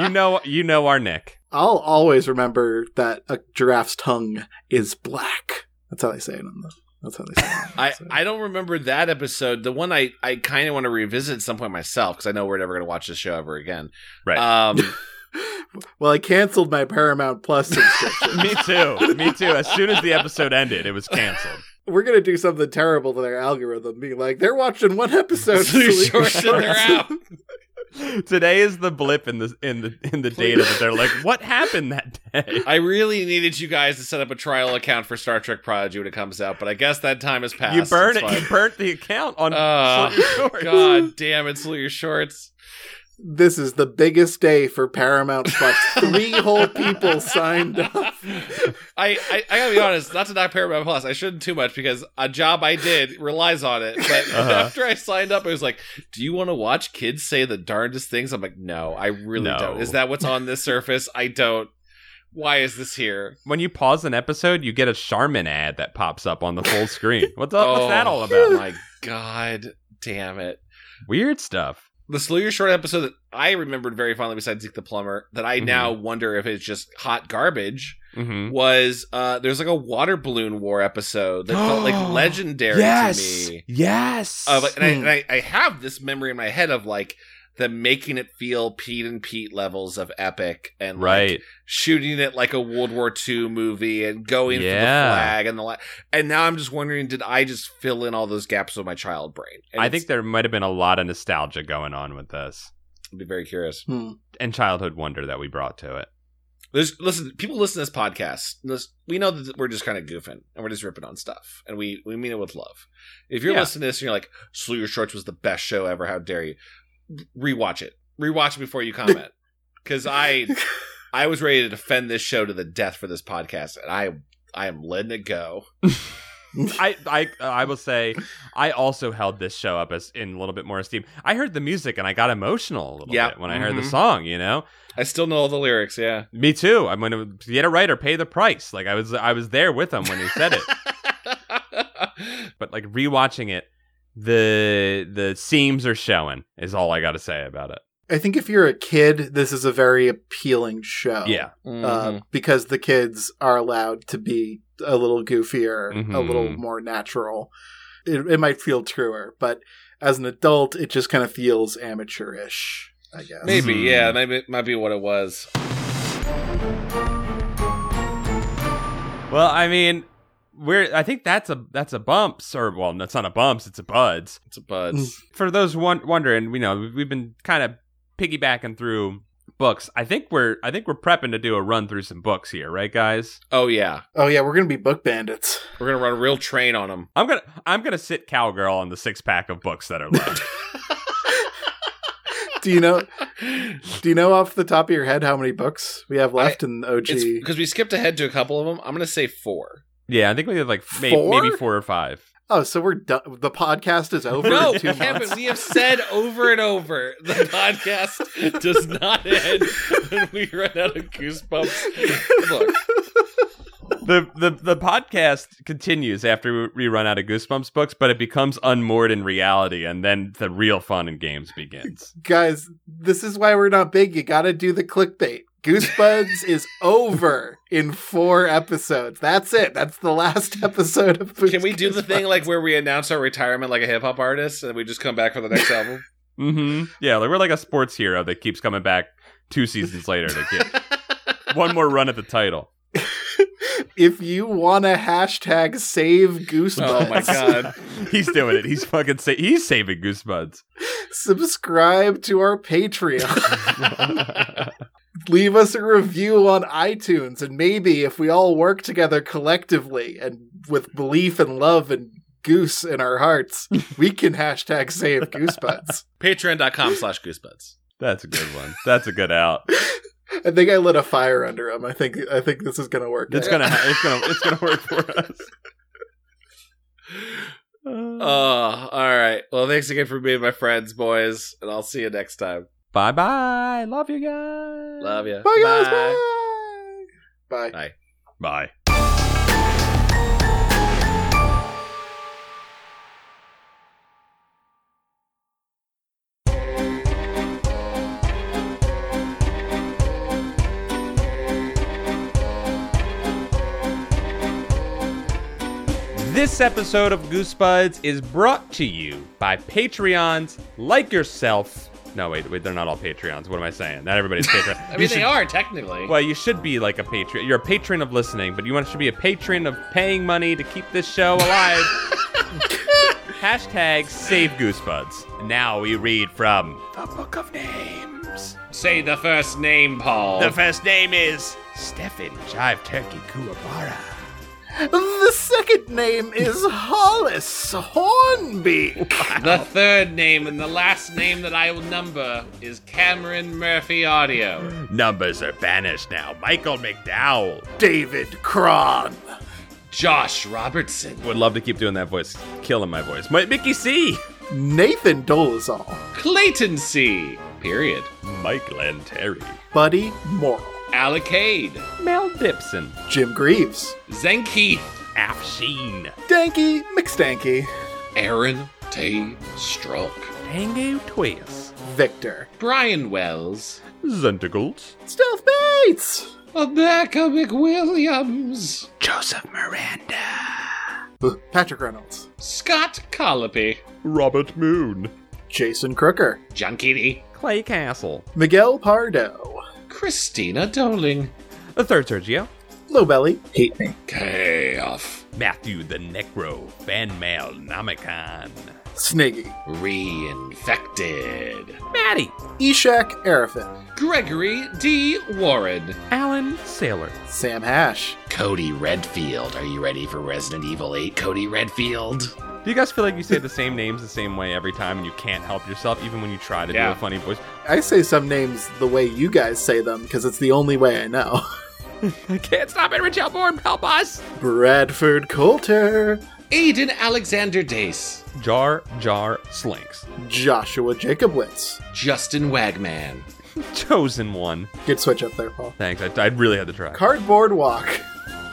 You know, you know our Nick.
I'll always remember that a giraffe's tongue is black. That's how they say it on the. That's how they say it.
I, I don't remember that episode. The one I, I kind of want to revisit at some point myself because I know we're never going to watch this show ever again.
Right.
Um, <laughs>
<laughs> well, I canceled my Paramount Plus
<laughs>
subscription.
Me too. Me too. As soon as the episode ended, it was canceled.
We're gonna do something terrible to their algorithm, being like they're watching one
<laughs>
episode. of
Salute
Salute Your
Shorts and they're
Shorts.
out.
Today is the blip in the in the in the data that they're like, what happened that day?
I really needed you guys to set up a trial account for Star Trek Prodigy when it comes out, but I guess that time has passed.
You burn
It's
it.
fine.
<laughs> You burnt the account on. <laughs>
Ah,
Shorts.
God damn it, salute your shorts.
this is the biggest day for Paramount Plus. Three whole people signed up.
<laughs> I, I, I gotta be honest, not to knock Paramount Plus, I shouldn't too much because a job I did relies on it. But
<laughs> Uh-huh.
after I signed up, it was like, "Do you want to watch kids say the darndest things?" I'm like, "No, I really
No.
don't." Is that what's on this surface? I don't. Why is this here?
When you pause an episode, you get a Charmin ad that pops up on the full screen. What's up?
Oh.
What's that all
Oh
about?
my god, damn it!
Weird stuff.
The Slew Your Short episode that I remembered very fondly, besides Zeke the Plumber, that I now wonder if it's just hot garbage.
Mm-hmm.
was uh there's like a water balloon war episode that
<gasps>
felt like legendary
yes.
to me.
Yes.
Uh, like, and I, and I, I have this memory in my head of like the making it feel Pete and Pete levels of epic and like,
right.
shooting it like a World War II movie and going for the
Yeah.
flag and the la- and now I'm just wondering did I just fill in all those gaps with my child brain? And
I
it's-
think there might have been a lot of nostalgia going on with this
I'd be very curious.
Hmm.
and childhood wonder that we brought to it.
There's listen, people listen to this podcast. lis- We know that we're just kind of goofing and we're just ripping on stuff, and we we mean it with love. If you're
Yeah.
listening to this and you're like, "Slew Your Shorts was the best show ever," how dare you? Rewatch it. Rewatch it before
<laughs>
you comment, because I I was ready to defend this show to the death for this podcast, and I I am letting it go.
I, I I will say I also held this show up as in a little bit more esteem. I heard the music and I got emotional a little
Yeah.
bit when I heard the
Mhm.
song, you know?
I still know all the lyrics. Yeah,
Me too. I'm gonna <laughs>
<laughs>
get it right or pay the price. Like I was I was there with him when he said it. But like rewatching it, the the seams are showing. Is all I got to say about it.
I think if you're a kid, this is a very appealing show.
Yeah,
Mm-hmm.
Uh, Because the kids are allowed to be a little goofier, a
Mhm.
little more natural. It, it might feel truer, but as an adult, it just kind of feels amateurish, I guess.
Maybe,
Hmm.
yeah, maybe it might be what it was.
Well, I mean, we're I think that's a that's a bumps or well, that's not a bumps, it's a buds.
It's a buds.
For those won- wondering, you know, we've been kind of piggybacking through books. I think we're I think we're prepping to do a run through some books here, right, guys?
oh yeah,
Oh, yeah, we're going to be book bandits.
we're gonna run a real train on them.
I'm gonna I'm gonna sit cowgirl on the six pack of books that are left.
Do you know? Do you know off the top of your head how many books we have left in OG?
It's because we skipped ahead to a couple of them. I'm gonna say four.
yeah, I think we have like may-
Four?
maybe four or five.
Oh, so we're done. The podcast is over.
<laughs> No,
in two
Kevin,
months.
we have said over and over the podcast does not end when we run out of goosebumps. Look,
The, the the podcast continues after we run out of Goosebumps books, but it becomes unmoored in reality, and then the real fun and games begins.
Guys, this is why we're not big. You got to do the clickbait. Goosebuds is over in four episodes. That's it. That's the last <laughs> episode of
can we do the thing like where we announce our retirement like a hip hop artist and we just come back for the next <laughs> album?
hmm Yeah, like we're like a sports hero that keeps coming back two seasons later to get one more run at the title.
If you want to hashtag save Goosebuds,
Oh my god.
He's doing it. He's fucking sa- he's saving
<laughs>
goosebuds.
subscribe to our Patreon. <laughs> Leave us a review on iTunes, and maybe if we all work together collectively and with belief and love and goose in our hearts, we can hashtag save Goosebuds.
Patreon.com slash goosebuds.
That's a good one. That's a good out.
I think I lit a fire under him. I think I think this is gonna work.
It's gonna it's gonna it's gonna work for us.
Oh, all right. Well, thanks again for being my friends, boys, and I'll see you next time.
Bye bye. Love you guys.
Love you.
Bye guys. Bye. Bye.
Bye. This episode of Goosebuds is brought to you by Patreons like yourself. No, wait, wait, they're not all Patreons. What am I saying? Not
<laughs>
everybody's Patreon.
I
You
mean,
should-
they are technically.
well, you should be like a patron. You're a patron of listening, but you want to be a patron of paying money to keep this show alive. Hashtag save goosebuds. Now we read from the book of names.
Say the first name, Paul.
The first name is Stefan Jive Turkey Kuwabara.
The second name is Hollis <laughs> Hornby.
The third name and the last name that I will number is Cameron Murphy Audio.
Numbers are banished now. Michael McDowell.
David Cron.
Josh Robertson.
Would love to keep doing that voice. Killing my voice. Mi- Mickey C.
Nathan Dolezal.
Clayton C. Period.
Mike Lanteri.
Buddy Morrill.
Allocade.
Mel Dipson.
Jim Greaves.
Zenkeith.
Af Sheen.
Danky McStanky.
Aaron T. Stroke.
Tango Twist.
Victor.
Brian Wells.
Zenticles.
Stealth Bates.
Rebecca McWilliams.
Joseph Miranda.
Patrick Reynolds.
Scott Colopy.
Robert Moon.
Jason Crooker.
John Keaty.
Clay Castle.
Miguel Pardo.
Christina Doling.
The third Sergio.
Lowbelly. Hate me.
Chaos.
Matthew the Necro. Fan Mail Nomicon.
Sniggy.
Reinfected.
Maddie.
Eshak Arafin.
Gregory D. Warren.
Alan Saylor.
Sam Hash.
Cody Redfield. Are you ready for Resident Evil 8, Cody Redfield?
Do you guys feel like you say the same names the same way every time and you can't help yourself even when you try to
Yeah.
do a funny voice?
I say some names the way you guys say them because it's the only way I know. <laughs>
I can't stop it, Rich Elborn. Help us.
Bradford Coulter,
Aiden Alexander Dace.
Jar Jar Slinks.
Joshua Jacobwitz.
Justin Wagman.
Chosen one.
Good switch up there, Paul.
Thanks. I, I really had to try.
Cardboard Walk,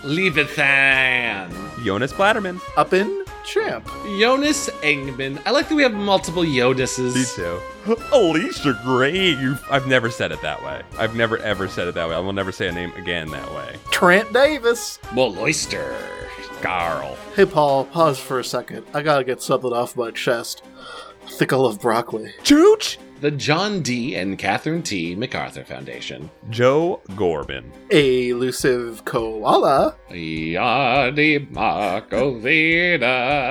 Levithan.
Jonas Blatterman.
Uppin Champ.
Jonas Engman. I like that we have multiple
Me
Jonases.
too. <laughs> Alicia Grave. I've never said it that way. I've never ever said it that way. I will never say a name again that way.
Trent Davis.
Moloister.
Garl.
Hey, Paul, pause for a second. I gotta get something off my chest. I think I love broccoli.
Chooch.
The John D. and Catherine T. MacArthur Foundation.
Joe Gorbin.
Elusive koala.
Yadi Marco Uh,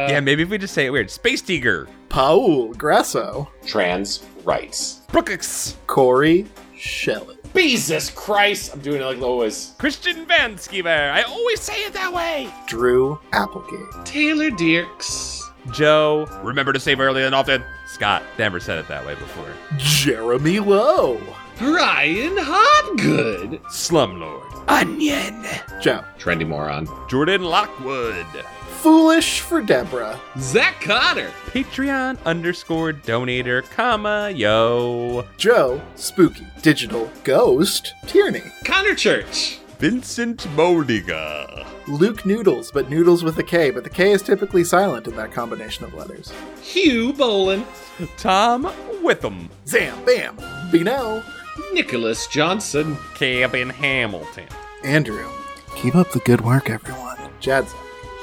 yeah, maybe if we just say it weird. Space Tiger.
Paul Grasso.
Trans rights.
Brooks.
Corey Shelley.
Jesus Christ! I'm doing it like Lois.
Christian Van Skeever. I always say it that way.
Drew Applegate.
Taylor Dirks.
Joe. Remember to save early and often. Scott. Never said it that way before.
Jeremy Lowe.
Brian Hobgood.
Slumlord. Onion.
Jump.
Trendy moron.
Jordan Lockwood.
Foolish for Deborah.
Zach Cotter.
Patreon underscore donator, comma, yo.
Joe Spooky. Digital Ghost. Tierney.
Connor Church.
Vincent Modiga.
Luke Noodles, but Noodles with a K, but the K is typically silent in that combination of letters.
Hugh Bolin.
Tom Witham.
Zam, bam, Bino.
Nicholas Johnson.
Kevin Hamilton.
Andrew. Keep up the good work, everyone. Jadza.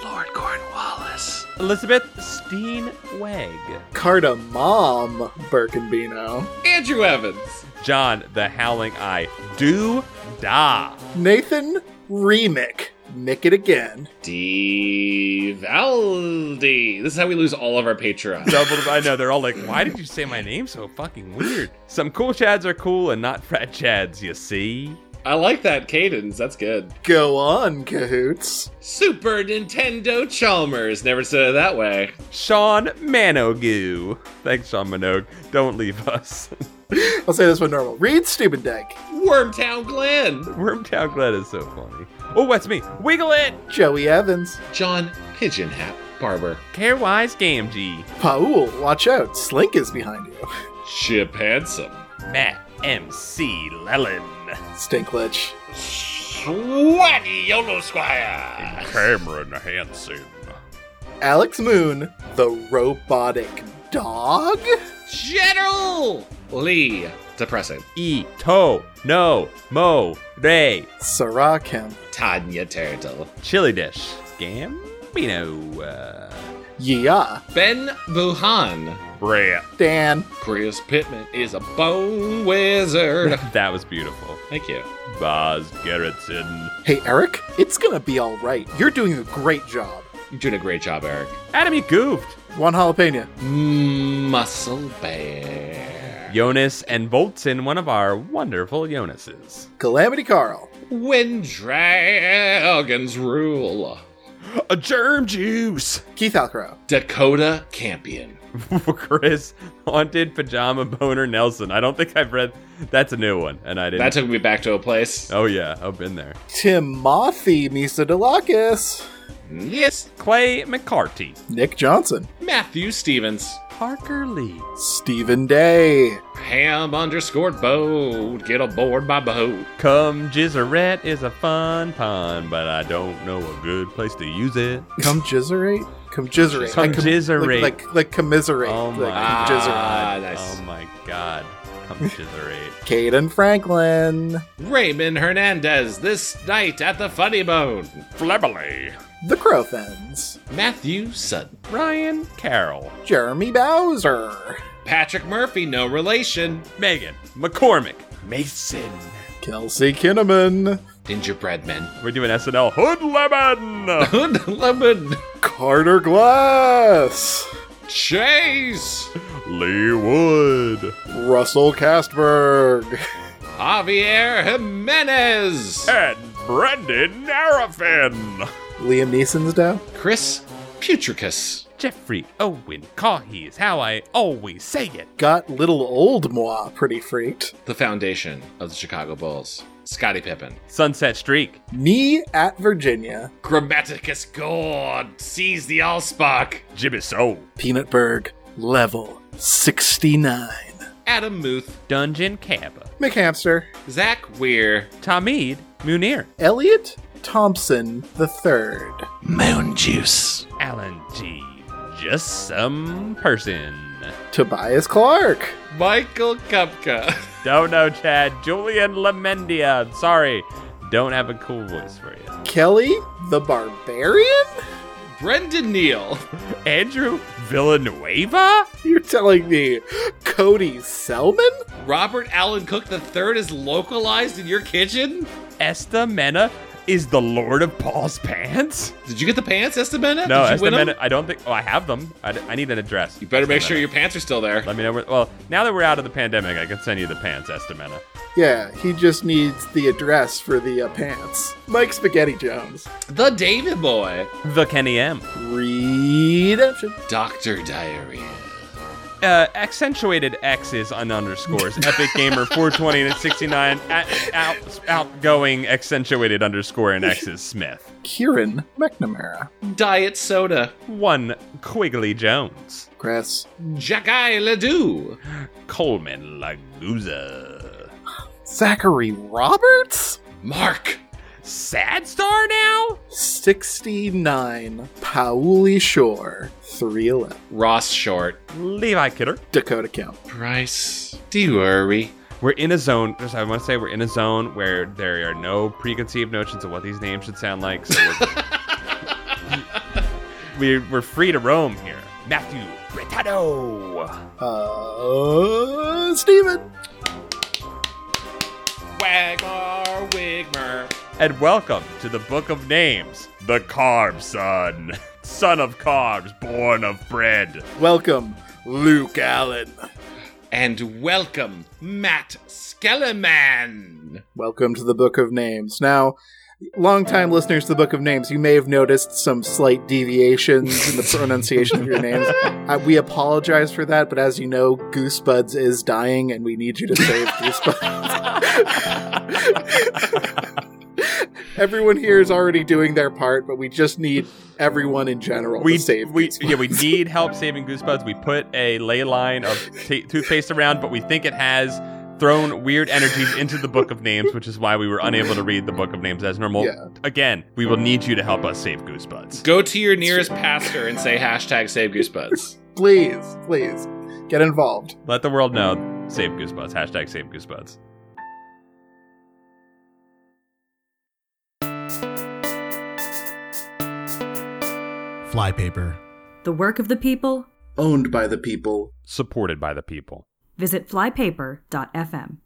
Lord Cornwallis.
Elizabeth Steenweg.
Cardamom Birkenbino.
Andrew Evans.
John the Howling Eye. Do Da.
Nathan Remick. Nick it again.
D. Valdi. This is how we lose all of our Patreon.
Doubled. I know they're all like, why did you say my name so fucking weird? Some cool chads are cool and not frat chads, you see.
<laughs> I like that cadence. That's good.
Go on, cahoots.
Super Nintendo Chalmers. Never said it that way.
Sean Manogoo. Thanks, Sean Minogue. Don't leave us. <laughs>
I'll say this one normal. Reed Stubendike.
Wormtown Glen.
Wormtown Glad is so funny. Oh, that's me. Wiggle it.
Joey Evans.
John Pigeonhat Barber.
Carewise Game G.
Paul, watch out. Slink is behind you.
Chip Handsome.
Matt MC Lellin.
Stinklich.
Swaggy Yolo Squire.
Cameron Hansen.
Alex Moon. The robotic dog?
General Lee. Depressing.
E to no mo re
Sarah Kemp.
Tanya Turtle.
chili dish gambino uh,
Yeah.
Ben Buhan.
Brat.
Dan.
Chris Pittman is a
<laughs>
bone wizard.
<laughs> that was beautiful.
Thank you.
Boz Gerritsen.
Hey, Eric, it's gonna be alright. You're doing a great job.
You're doing a great job, Eric.
Adam, you goofed.
One jalapeno.
Muscle Bear.
Jonas and Voltson, one of our wonderful Jonases.
Calamity Carl.
When dragons rule.
A germ juice.
Keith Alcrow.
Dakota Campion.
<laughs> Chris, haunted pajama boner Nelson. I don't think I've read. That's a new one, and I didn't.
That took me back to a place.
oh yeah, I've been there.
Timothy Misadilakis.
Yes.
Clay McCarty,
Nick Johnson.
Matthew Stevens.
Parker Lee,
Stephen Day.
Ham underscore boat. Get aboard my boat.
Come Jizzeret is a fun pun, but I don't know a good place to use it.
Come <laughs> Jizzerate? Come Jizzerate.
Come
Like com-
Jizzerate.
Like, like, like commiserate.
Oh my
like
god.
Ah, nice.
Oh my god.
<laughs>
Come Jizzerate.
Caden Franklin.
Raymond Hernandez. This night at the Funny Bone.
Flabberly.
The Crowfens.
Matthew Sutton.
Ryan Carroll.
Jeremy Bowser.
Patrick Murphy, no relation.
Megan. McCormick. Mason.
Kelsey Kinnaman.
Gingerbread men.
We're doing SNL. Hood
<laughs>
Lemon.
Hood Lemon.
Carter Glass.
Chase.
Lee Wood.
Russell Castberg. <laughs>
Javier Jimenez.
And Brendan Narafin.
Liam Neeson's Dow.
Chris Putricus.
Jeffrey Owen Caughey is how I always say it.
Got little old moi pretty freaked.
The foundation of the Chicago Bulls. Scottie Pippen.
Sunset Streak.
Me at Virginia.
Grammaticus Gord. Seize the Allspark.
Jimmy Soul.
Peanutburg. Level 69.
Adam Muth.
Dungeon Cab.
McHamster.
Zach Weir.
Tamid Munir.
Elliot Thompson III.
Moon Juice.
Alan G. just some person.
Tobias Clark.
Michael Kupka. <laughs>
Don't know, Chad. Julian Lamendia. Sorry, don't have a cool voice for you.
Kelly the Barbarian? <laughs>
Brendan Neal.
Andrew Villanueva?
You're telling me Cody Selman?
Robert Allen Cook III is localized in your kitchen?
Esta Mena is the Lord of Paul's Pants?
Did you get the pants,
No,
Estamena? Did you
Esta
win 'em?
Mena, I don't think. Oh, I have them. I, I need an address.
You better make
Esta
sure
Mena.
your pants are still there.
Let me know where. Well, now that we're out of the pandemic, I can send you the pants, Estamena.
Yeah, he just needs the address for the uh, pants. Mike Spaghetti Jones.
The David Boy.
The Kenny M.
Redemption.
Dr. Diarrhea.
uh, accentuated X's on underscores. Epic Gamer 420 and 69 at, out, outgoing accentuated underscore and X's Smith.
Kieran McNamara.
Diet Soda.
One Quigley Jones,
Chris.
Jackie Ledoux.
Coleman Laguza,
Zachary Roberts?
Mark.
Sad Star now.
69. Pauli Shore. 311.
Ross Short.
Levi Kidder.
Dakota Count.
Bryce. Dewery.
We're in a zone. Just I want to say we're in a zone where there are no preconceived notions of what these names should sound like. So we're, we're we're free to roam here. Matthew Brittano.
Uh, Steven.
Wagmar Wigmer.
And welcome to the Book of Names, the Carb Son, <laughs> son of carbs, born of
<laughs>
bread.
Welcome, Luke Allen.
And welcome, Matt Skellerman.
Welcome to the Book of Names. Now, longtime listeners to the Book of Names, you may have noticed some slight deviations in the pronunciation of your <laughs> names. Uh, we apologize for that, but as you know, Goosebuds is dying, and we need you to save <laughs> Goosebuds. Everyone here is already doing their part, but we just need everyone in general
We,
to save.
we
Goosebuds.
yeah, we need help saving Goosebuds. We put a ley line of ta toothpaste around, but we think it has thrown weird energies into the Book of Names, which is why we were unable to read the Book of Names as normal.
Yeah.
Again, we will need you to help us save Goosebuds.
Go to your nearest pastor and say hashtag save goosebuds.
please, please get involved.
Let the world know. Save Goosebuds. Hashtag save Goosebuds.
Flypaper.
The work of the people?
Owned by the people.
Supported by the people.
Visit flypaper.fm.